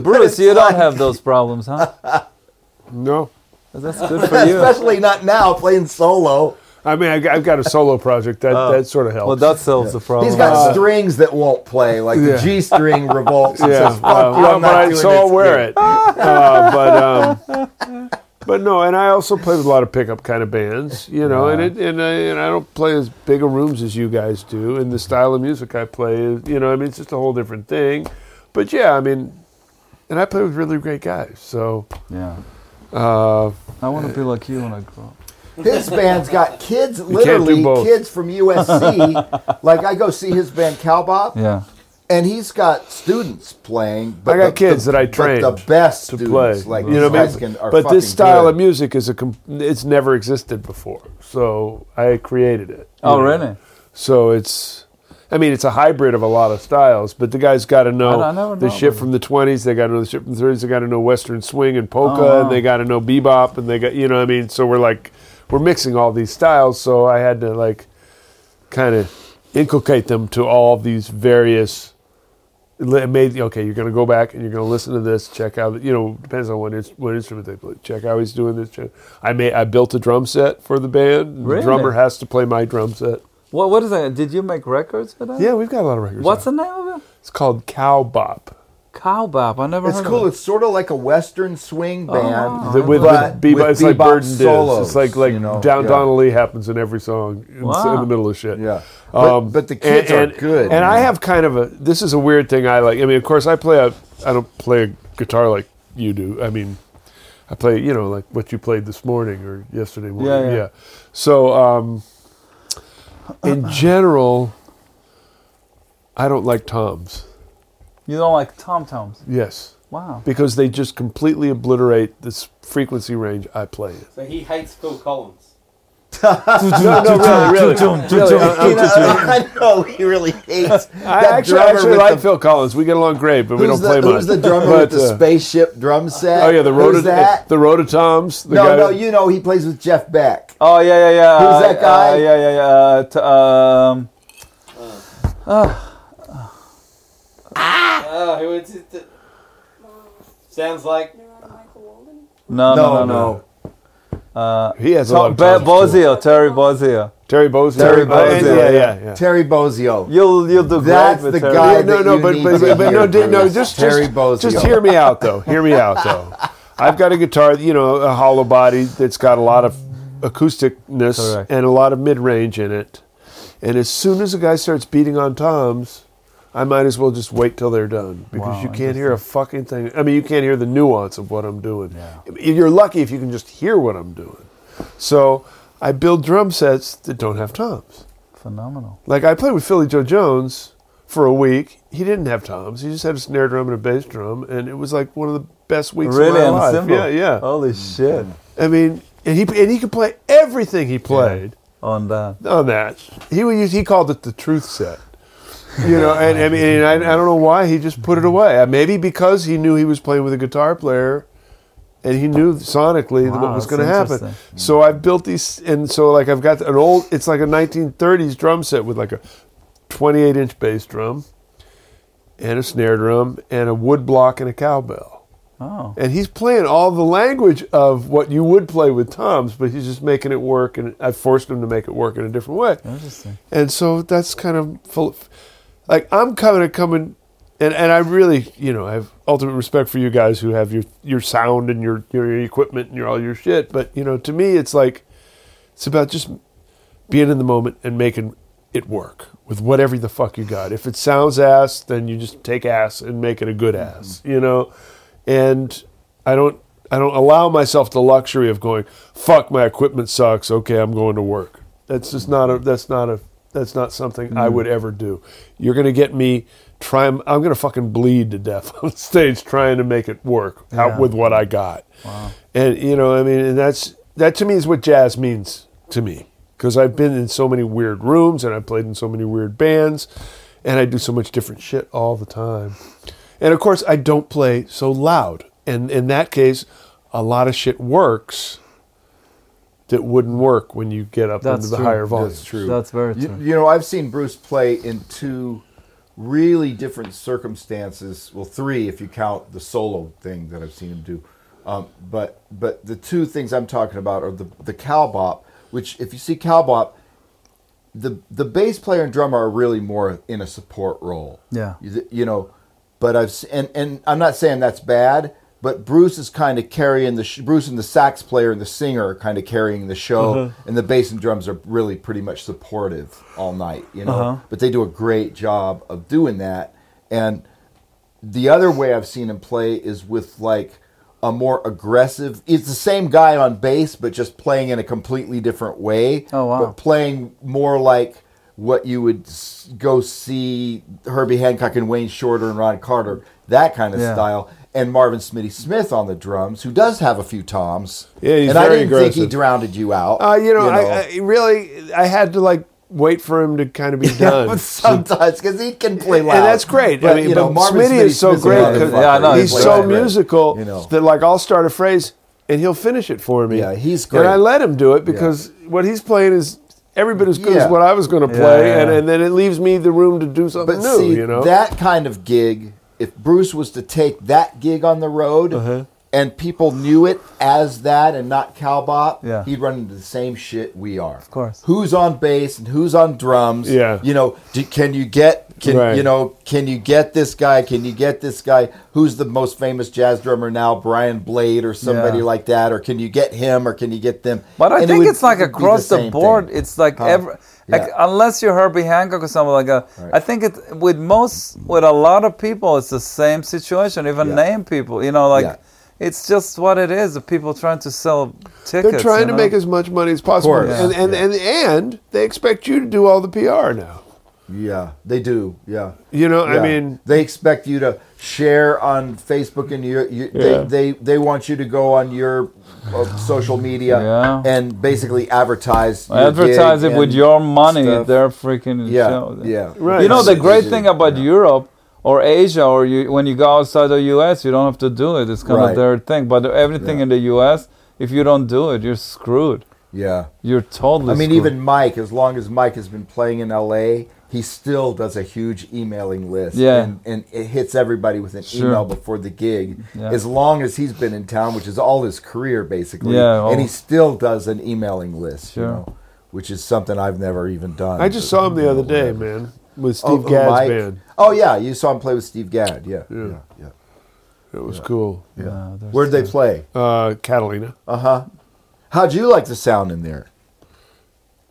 Speaker 1: Bruce, you don't have those problems, huh?
Speaker 3: No.
Speaker 1: That's good for you.
Speaker 4: Especially not now playing solo.
Speaker 3: I mean, I, got- I've got a solo project that, that sort of helps.
Speaker 1: Oh. Well, that solves the problem.
Speaker 4: He's got strings that won't play, like the
Speaker 3: Yeah.
Speaker 4: G string revolts and
Speaker 3: yeah,
Speaker 4: says, "Fuck
Speaker 3: uh,
Speaker 4: you,
Speaker 3: well,
Speaker 4: I'm
Speaker 3: but
Speaker 4: not
Speaker 3: I,
Speaker 4: doing
Speaker 3: so I'll
Speaker 4: this
Speaker 3: wear
Speaker 4: gig."
Speaker 3: it. Uh, but um, but no, and I also play with a lot of pickup kind of bands, you know, and it and I, and I don't play as big a rooms as you guys do, and the style of music I play is, you know, I mean, it's just a whole different thing. But yeah, I mean, and I play with really great guys, so
Speaker 1: yeah.
Speaker 3: uh,
Speaker 1: I want to be like you when I grow up.
Speaker 4: His band's got kids,
Speaker 3: do
Speaker 4: literally
Speaker 3: both.
Speaker 4: kids from USC. like I go see his band Cowbop,
Speaker 1: Yeah.
Speaker 4: and he's got students playing. But
Speaker 3: I got kids that I
Speaker 4: train
Speaker 3: trained
Speaker 4: the best
Speaker 3: to play,
Speaker 4: students, like
Speaker 3: you know, what I mean?
Speaker 4: Are
Speaker 3: but
Speaker 4: fucking
Speaker 3: this style
Speaker 4: good.
Speaker 3: of music is a com- it's never existed before, so I created it.
Speaker 1: Oh,
Speaker 3: you know.
Speaker 1: really?
Speaker 3: So it's, I mean, it's a hybrid of a lot of styles, but the guys got to know
Speaker 1: I never
Speaker 3: the
Speaker 1: know
Speaker 3: shit
Speaker 1: about
Speaker 3: from the 20s, they got to know the shit from the 30s, they got to know Western swing and polka,
Speaker 1: Oh, wow.
Speaker 3: and they got to know bebop, and they got, you know what I mean? So we're like, we're mixing all these styles, so I had to like kind of inculcate them to all these various. It made okay. You're gonna go back and you're gonna listen to this. Check out you know depends on what, ins- what instrument they play. Check how he's doing this. Check. I made I built a drum set for the band.
Speaker 1: Really?
Speaker 3: The drummer has to play my drum set.
Speaker 1: What, what is that? Did you make records for that?
Speaker 3: Yeah, we've got a lot of records.
Speaker 1: What's
Speaker 3: out.
Speaker 1: the name of it?
Speaker 3: It's called Cow Bop
Speaker 1: Cowbop. I never
Speaker 4: It's
Speaker 1: heard
Speaker 4: cool.
Speaker 1: of it.
Speaker 4: It's sort of like a Western swing band.
Speaker 3: The- with,
Speaker 4: But
Speaker 3: with bebop.
Speaker 4: with
Speaker 3: it's like
Speaker 4: bebop
Speaker 3: Burden
Speaker 4: solos,
Speaker 3: Solos, It's like like
Speaker 4: you know,
Speaker 3: Down
Speaker 4: yeah.
Speaker 3: Donnelly happens in every song. It's in
Speaker 1: Wow.
Speaker 3: the middle of shit. Um,
Speaker 4: Yeah. But- but the kids are good,
Speaker 3: And
Speaker 4: man.
Speaker 3: I have kind of a. This is a weird thing I like. I mean, of course, I play a. I don't play a guitar like you do. I mean, I play you know like what you played this morning or yesterday morning.
Speaker 1: Yeah,
Speaker 3: Yeah.
Speaker 1: yeah.
Speaker 3: So um, in general, I don't like toms.
Speaker 1: You don't like tom toms.
Speaker 3: Yes.
Speaker 1: Wow.
Speaker 3: because they just completely obliterate this frequency range I play in.
Speaker 5: So he hates Phil Collins.
Speaker 3: No, no, really, really. really. I-
Speaker 4: You know, I know he really hates. uh, that
Speaker 3: I actually, I
Speaker 4: drummer
Speaker 3: actually
Speaker 4: with
Speaker 3: like
Speaker 4: the-
Speaker 3: Phil Collins. We get along great, but we don't
Speaker 4: who's
Speaker 3: play
Speaker 4: the,
Speaker 3: much.
Speaker 4: who's the drummer
Speaker 3: But,
Speaker 4: with the
Speaker 3: uh,
Speaker 4: spaceship drum set?
Speaker 3: Oh yeah, the
Speaker 4: Who's
Speaker 3: Rota,
Speaker 4: that?
Speaker 3: the Rototoms. The
Speaker 4: no,
Speaker 3: guy,
Speaker 4: no, you know he plays with Jeff Beck.
Speaker 1: Oh yeah, yeah, yeah.
Speaker 4: Who's
Speaker 1: uh,
Speaker 4: that guy?
Speaker 1: Uh, yeah, yeah, yeah. Uh, t- um,
Speaker 5: Oh, who is it? that- Sounds like
Speaker 6: Michael Walden.
Speaker 1: no, no, no, no.
Speaker 3: Uh, he has a lot
Speaker 1: Tom,
Speaker 3: of
Speaker 1: Be-
Speaker 3: Tom
Speaker 1: Bozio, Terry Bozio.
Speaker 3: Terry Bozio.
Speaker 4: Terry
Speaker 3: Oh, yeah,
Speaker 4: Bozio.
Speaker 3: Yeah, yeah, yeah.
Speaker 4: Terry Bozio.
Speaker 1: You'll you'll do
Speaker 4: That's
Speaker 1: great with
Speaker 4: the
Speaker 1: Terry.
Speaker 4: guy.
Speaker 3: Yeah, no,
Speaker 4: that
Speaker 3: no,
Speaker 4: you
Speaker 3: but
Speaker 4: need
Speaker 3: but,
Speaker 4: to
Speaker 3: but, no,
Speaker 4: hear,
Speaker 3: di- no,
Speaker 4: Bruce.
Speaker 3: just
Speaker 4: Terry Bozio.
Speaker 3: just, just hear me out though. Hear me out though. I've got a guitar, you know, a hollow body that's got a lot of acousticness
Speaker 1: Correct.
Speaker 3: and a lot of mid range in it. And as soon as a guy starts beating on toms, I might as well just wait till they're done because
Speaker 1: Wow,
Speaker 3: you can't hear a fucking thing. I mean, you can't hear the nuance of what I'm doing.
Speaker 1: Yeah.
Speaker 3: You're lucky if you can just hear what I'm doing. So I build drum sets that don't have toms.
Speaker 1: Phenomenal.
Speaker 3: Like I played with Philly Joe Jones for a week. He didn't have toms. He just had a snare drum and a bass drum, and it was like one of the best weeks
Speaker 1: Really
Speaker 3: of
Speaker 1: and
Speaker 3: my
Speaker 1: Oh.
Speaker 3: life.
Speaker 1: simple.
Speaker 3: Yeah, yeah.
Speaker 1: Holy shit.
Speaker 4: Mm.
Speaker 3: I mean, and he and he could play everything he played
Speaker 1: On that.
Speaker 3: on that. Oh, He would use, he called it the truth set. You know, and I mean, and I, I don't know why he just put it away. Uh, Maybe because he knew he was playing with a guitar player, and he knew sonically that
Speaker 1: Wow,
Speaker 3: what was
Speaker 1: that's
Speaker 3: going to happen.
Speaker 1: interesting.
Speaker 3: So I've built these, and so like I've got an old. It's like a 1930s drum set with like a 28 inch bass drum, and a snare drum, and a wood block, and a cowbell
Speaker 1: Oh.
Speaker 3: and he's playing all the language of what you would play with toms, but he's just making it work, and I forced him to make it work in a different way.
Speaker 1: Interesting.
Speaker 3: And so that's kind of full of, like I'm kind of coming, and and I really you know I have ultimate respect for you guys who have your your sound and your your equipment and your all your shit, but you know to me it's like it's about just being in the moment and making it work with whatever the fuck you got. If it sounds ass, then you just take ass and make it a good ass, you know. And I don't I don't allow myself the luxury of going fuck my equipment sucks. Okay, I'm going to work. That's just not a that's not a that's not something I would ever do. You're going to get me try I'm going to fucking bleed to death on stage trying to make it work out with what I got. And you know, I mean, and that's that to me is what jazz means to me because I've been in so many weird rooms and I played in so many weird bands, and I do so much different shit all the time. And of course, I don't play so loud. And in that case, a lot of shit works that wouldn't work when you get up
Speaker 1: That's
Speaker 3: into the
Speaker 1: true.
Speaker 3: higher volume.
Speaker 4: That's true.
Speaker 1: That's very
Speaker 4: You,
Speaker 1: true.
Speaker 4: you know, I've seen Bruce play in two really different circumstances. Well, three if you count the solo thing that I've seen him do. Um, but but the two things I'm talking about are the the cowbop, which if you see cowbop, the the bass player and drummer are really more in a support role.
Speaker 1: Yeah.
Speaker 4: you, you know, but I've s- and and I'm not saying that's bad, but Bruce is kind of carrying the sh- Bruce and the sax player and the singer are kind of carrying the show,
Speaker 1: Uh-huh.
Speaker 4: and the bass and drums are really pretty much supportive all night. You know,
Speaker 1: Uh-huh.
Speaker 4: but they do a great job of doing that, and the other way I've seen him play is with like a more aggressive. It's the same guy on bass, but just playing in a completely different way.
Speaker 1: Oh, wow.
Speaker 4: But playing more like what you would s- go see Herbie Hancock and Wayne Shorter and Ron Carter, that kind of
Speaker 1: Yeah.
Speaker 4: style. And Marvin Smitty Smith on the drums, who does have a few toms.
Speaker 3: Yeah, he's
Speaker 4: and I
Speaker 3: very
Speaker 4: didn't think
Speaker 3: aggressive.
Speaker 4: he drounded you out.
Speaker 3: Uh, you know, I, I really, I had to like wait for him to kind of be done.
Speaker 4: but
Speaker 3: So-
Speaker 4: sometimes because he can play
Speaker 3: and
Speaker 4: loud.
Speaker 3: that's great. I mean,
Speaker 4: you
Speaker 3: but Smitty is so
Speaker 4: Smith's a
Speaker 3: great
Speaker 1: 'cause-
Speaker 4: motherfucker.
Speaker 1: yeah, I know,
Speaker 4: He
Speaker 3: he's
Speaker 4: plays
Speaker 3: so
Speaker 4: great,
Speaker 3: musical
Speaker 4: you know.
Speaker 3: that like I'll start a phrase and he'll finish it for me.
Speaker 4: Yeah, he's
Speaker 3: And
Speaker 4: great.
Speaker 3: I let him do it because what he's playing is every bit as good
Speaker 4: Yeah.
Speaker 3: as what I was going to
Speaker 1: Yeah,
Speaker 3: play,
Speaker 1: yeah,
Speaker 3: And,
Speaker 1: yeah.
Speaker 3: and then it leaves me the room to do something
Speaker 4: But
Speaker 3: new.
Speaker 4: see,
Speaker 3: you know,
Speaker 4: that kind of gig, if Bruce was to take that gig on the road
Speaker 1: Uh-huh.
Speaker 4: and people knew it as that and not cowbop,
Speaker 1: Yeah.
Speaker 4: he'd run into the same shit we are. Of
Speaker 1: course.
Speaker 4: Who's on bass and who's on drums?
Speaker 3: Yeah.
Speaker 4: You know, do, can you get can
Speaker 3: Right.
Speaker 4: you know, can you get this guy? Can you get this guy? Who's the most famous jazz drummer now? Brian Blade or somebody
Speaker 1: Yeah.
Speaker 4: like that or can you get him or can you get them?
Speaker 1: But I
Speaker 4: And it
Speaker 1: think
Speaker 4: would-
Speaker 1: it's like
Speaker 4: it would be the
Speaker 1: across the,
Speaker 4: same
Speaker 1: board.
Speaker 4: thing.
Speaker 1: It's like
Speaker 4: Huh?
Speaker 1: every, like,
Speaker 4: Yeah.
Speaker 1: unless you're Herbie Hancock or someone like that.
Speaker 4: Right.
Speaker 1: I think it with most with a lot of people, it's the same situation. Even
Speaker 4: Yeah.
Speaker 1: name people, you know, like
Speaker 4: Yeah.
Speaker 1: it's just what it is. The people trying to sell tickets.
Speaker 3: they're trying
Speaker 1: you
Speaker 3: to
Speaker 1: know?
Speaker 3: make as much money as possible,
Speaker 4: course.
Speaker 3: and and,
Speaker 4: Yeah.
Speaker 3: and and they expect you to do all the PR now.
Speaker 4: Yeah, they do. Yeah.
Speaker 3: You know,
Speaker 4: Yeah.
Speaker 3: I mean,
Speaker 4: they expect you to share on Facebook, and you, you
Speaker 3: Yeah.
Speaker 4: they, they they want you to go on your uh, social media
Speaker 1: Yeah.
Speaker 4: and basically advertise. your
Speaker 1: Advertise
Speaker 4: gig
Speaker 1: it with
Speaker 4: and
Speaker 1: your money.
Speaker 4: stuff.
Speaker 1: They're freaking
Speaker 4: yeah,
Speaker 1: show.
Speaker 4: yeah,
Speaker 3: Right.
Speaker 1: You know the
Speaker 4: It's
Speaker 1: great
Speaker 4: easy.
Speaker 1: thing about Europe or Asia or you, when you go outside the U.S., you don't have to do it. It's kind
Speaker 4: Right.
Speaker 1: of their thing. But everything
Speaker 4: Yeah.
Speaker 1: in the U.S., if you don't do it, you're screwed.
Speaker 4: yeah.
Speaker 1: You're totally.
Speaker 4: I mean,
Speaker 1: screwed.
Speaker 4: even Mike, as long as Mike has been playing in LA, he still does a huge emailing list.
Speaker 1: Yeah.
Speaker 4: And, and it hits everybody with an
Speaker 1: Sure.
Speaker 4: email before the gig.
Speaker 1: Yeah.
Speaker 4: As long as he's been in town, which is all his career basically.
Speaker 1: Yeah,
Speaker 4: and
Speaker 1: all-
Speaker 4: he still does an emailing list, you
Speaker 1: Sure.
Speaker 4: know, which is something I've never even done.
Speaker 3: I just saw him the other day, man, with Steve
Speaker 4: who,
Speaker 3: Gadd's
Speaker 4: oh, Mike?
Speaker 3: band.
Speaker 4: Oh, yeah. You saw him play with Steve Gadd. Yeah. Yeah. yeah,
Speaker 3: It was cool.
Speaker 1: Yeah, there's-
Speaker 4: Where'd they play?
Speaker 3: Uh, Catalina,
Speaker 4: Uh huh. How'd you like the sound in there?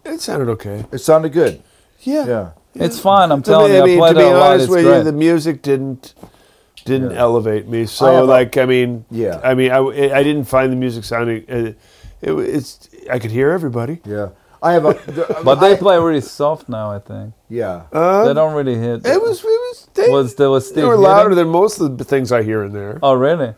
Speaker 3: it sounded okay.
Speaker 4: It sounded good.
Speaker 3: Yeah,
Speaker 4: Yeah.
Speaker 1: It's fine. I'm
Speaker 3: To
Speaker 1: telling
Speaker 3: me-
Speaker 1: you, I,
Speaker 3: mean,
Speaker 1: played
Speaker 3: to be
Speaker 1: it a lot.
Speaker 3: honest
Speaker 1: It's
Speaker 3: with
Speaker 1: great.
Speaker 3: you, the music didn't didn't elevate me.
Speaker 4: I
Speaker 3: So,
Speaker 4: have a-
Speaker 3: like, I mean,
Speaker 4: Yeah.
Speaker 3: I mean, I, I didn't find the music sounding. Uh, it, it's I could hear everybody.
Speaker 4: Yeah. I have a.
Speaker 1: but they
Speaker 4: I-
Speaker 1: play really soft now. I think
Speaker 4: Yeah.
Speaker 3: Uh,
Speaker 1: they don't really hit.
Speaker 3: it was it was they,
Speaker 1: was there was
Speaker 3: they
Speaker 1: Steve
Speaker 3: were louder
Speaker 1: hitting?
Speaker 3: than most of the things I hear in there.
Speaker 1: Oh really?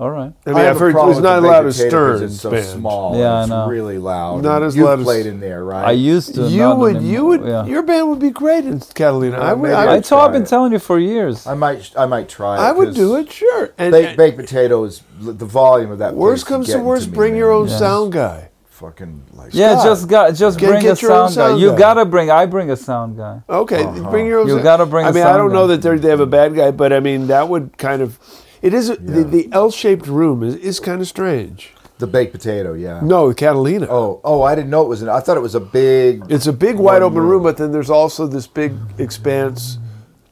Speaker 1: All right.
Speaker 3: I mean,
Speaker 4: have
Speaker 3: I've
Speaker 4: a
Speaker 3: heard
Speaker 4: problem
Speaker 3: it's
Speaker 4: with
Speaker 3: not
Speaker 4: the
Speaker 3: loud as
Speaker 4: Vegeta 'cause
Speaker 3: Stern's
Speaker 4: It's so
Speaker 3: band.
Speaker 4: small.
Speaker 1: Yeah,
Speaker 4: it's
Speaker 1: I know.
Speaker 4: really loud.
Speaker 3: Not
Speaker 4: And
Speaker 3: as
Speaker 4: you
Speaker 3: loud as-
Speaker 4: played in there, right?
Speaker 1: I used to.
Speaker 3: You
Speaker 1: not
Speaker 3: would, you
Speaker 1: anymore.
Speaker 3: would,
Speaker 1: Yeah.
Speaker 3: your band would be great in Catalina. I would,
Speaker 4: maybe
Speaker 3: I
Speaker 4: I'll
Speaker 1: I
Speaker 3: would,
Speaker 1: told, I've
Speaker 4: try
Speaker 1: been
Speaker 4: it.
Speaker 1: telling you for years.
Speaker 4: I might. I might try. It
Speaker 3: I would
Speaker 4: 'cause
Speaker 3: do it, sure. And,
Speaker 4: Baked,
Speaker 3: and
Speaker 4: baked potatoes. The volume of that.
Speaker 3: worst
Speaker 4: place is
Speaker 3: comes to
Speaker 4: getting
Speaker 3: worst,
Speaker 4: me,
Speaker 3: bring your
Speaker 4: man.
Speaker 3: own
Speaker 1: Yeah.
Speaker 3: sound guy.
Speaker 4: Fucking like.
Speaker 1: yeah,
Speaker 3: Scott,
Speaker 1: just got just
Speaker 3: get-
Speaker 1: bring
Speaker 3: get
Speaker 1: a
Speaker 3: your own
Speaker 1: sound guy.
Speaker 3: sound
Speaker 1: You
Speaker 3: guy.
Speaker 1: gotta bring. I bring a sound guy.
Speaker 3: Okay, bring your own.
Speaker 1: You
Speaker 3: sound-
Speaker 1: gotta bring
Speaker 3: I
Speaker 1: a
Speaker 3: mean, I
Speaker 1: sound
Speaker 3: don't know
Speaker 1: guy.
Speaker 3: that they they have a bad guy, but I mean that would kind of. It is the, the L-shaped room is, is kind of strange.
Speaker 4: The baked potato. Yeah.
Speaker 3: No, Catalina.
Speaker 4: Oh. Oh. I didn't know it was an. I thought it was a big.
Speaker 3: It's a big wide
Speaker 4: One
Speaker 3: open
Speaker 4: room.
Speaker 3: room, but then there's also this big expanse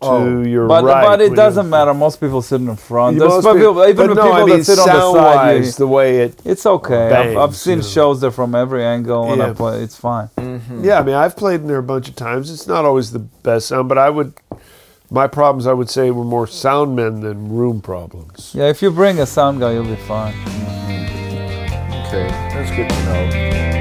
Speaker 3: to
Speaker 4: Oh.
Speaker 3: your
Speaker 1: But
Speaker 3: right.
Speaker 1: but it
Speaker 3: when
Speaker 1: doesn't
Speaker 3: you-
Speaker 1: matter. Most people sit in front.
Speaker 3: You
Speaker 1: There's
Speaker 3: must
Speaker 1: some
Speaker 3: be-
Speaker 1: people, even
Speaker 3: but
Speaker 1: the
Speaker 3: no,
Speaker 1: people
Speaker 3: I mean,
Speaker 1: that sit on the side. you-
Speaker 3: sound-wise, the way it.
Speaker 1: it's okay. I've, I've
Speaker 3: Bangs,
Speaker 1: seen
Speaker 3: yeah.
Speaker 1: shows there from every angle when I
Speaker 3: Yeah.
Speaker 1: play. It's fine.
Speaker 3: Yeah, I mean, I've played in there a bunch of times. It's not always the best sound, but I would. My problems, I would say, were more sound men than room problems.
Speaker 1: Yeah, if you bring a sound guy, you'll be fine.
Speaker 4: Okay. That's good to know.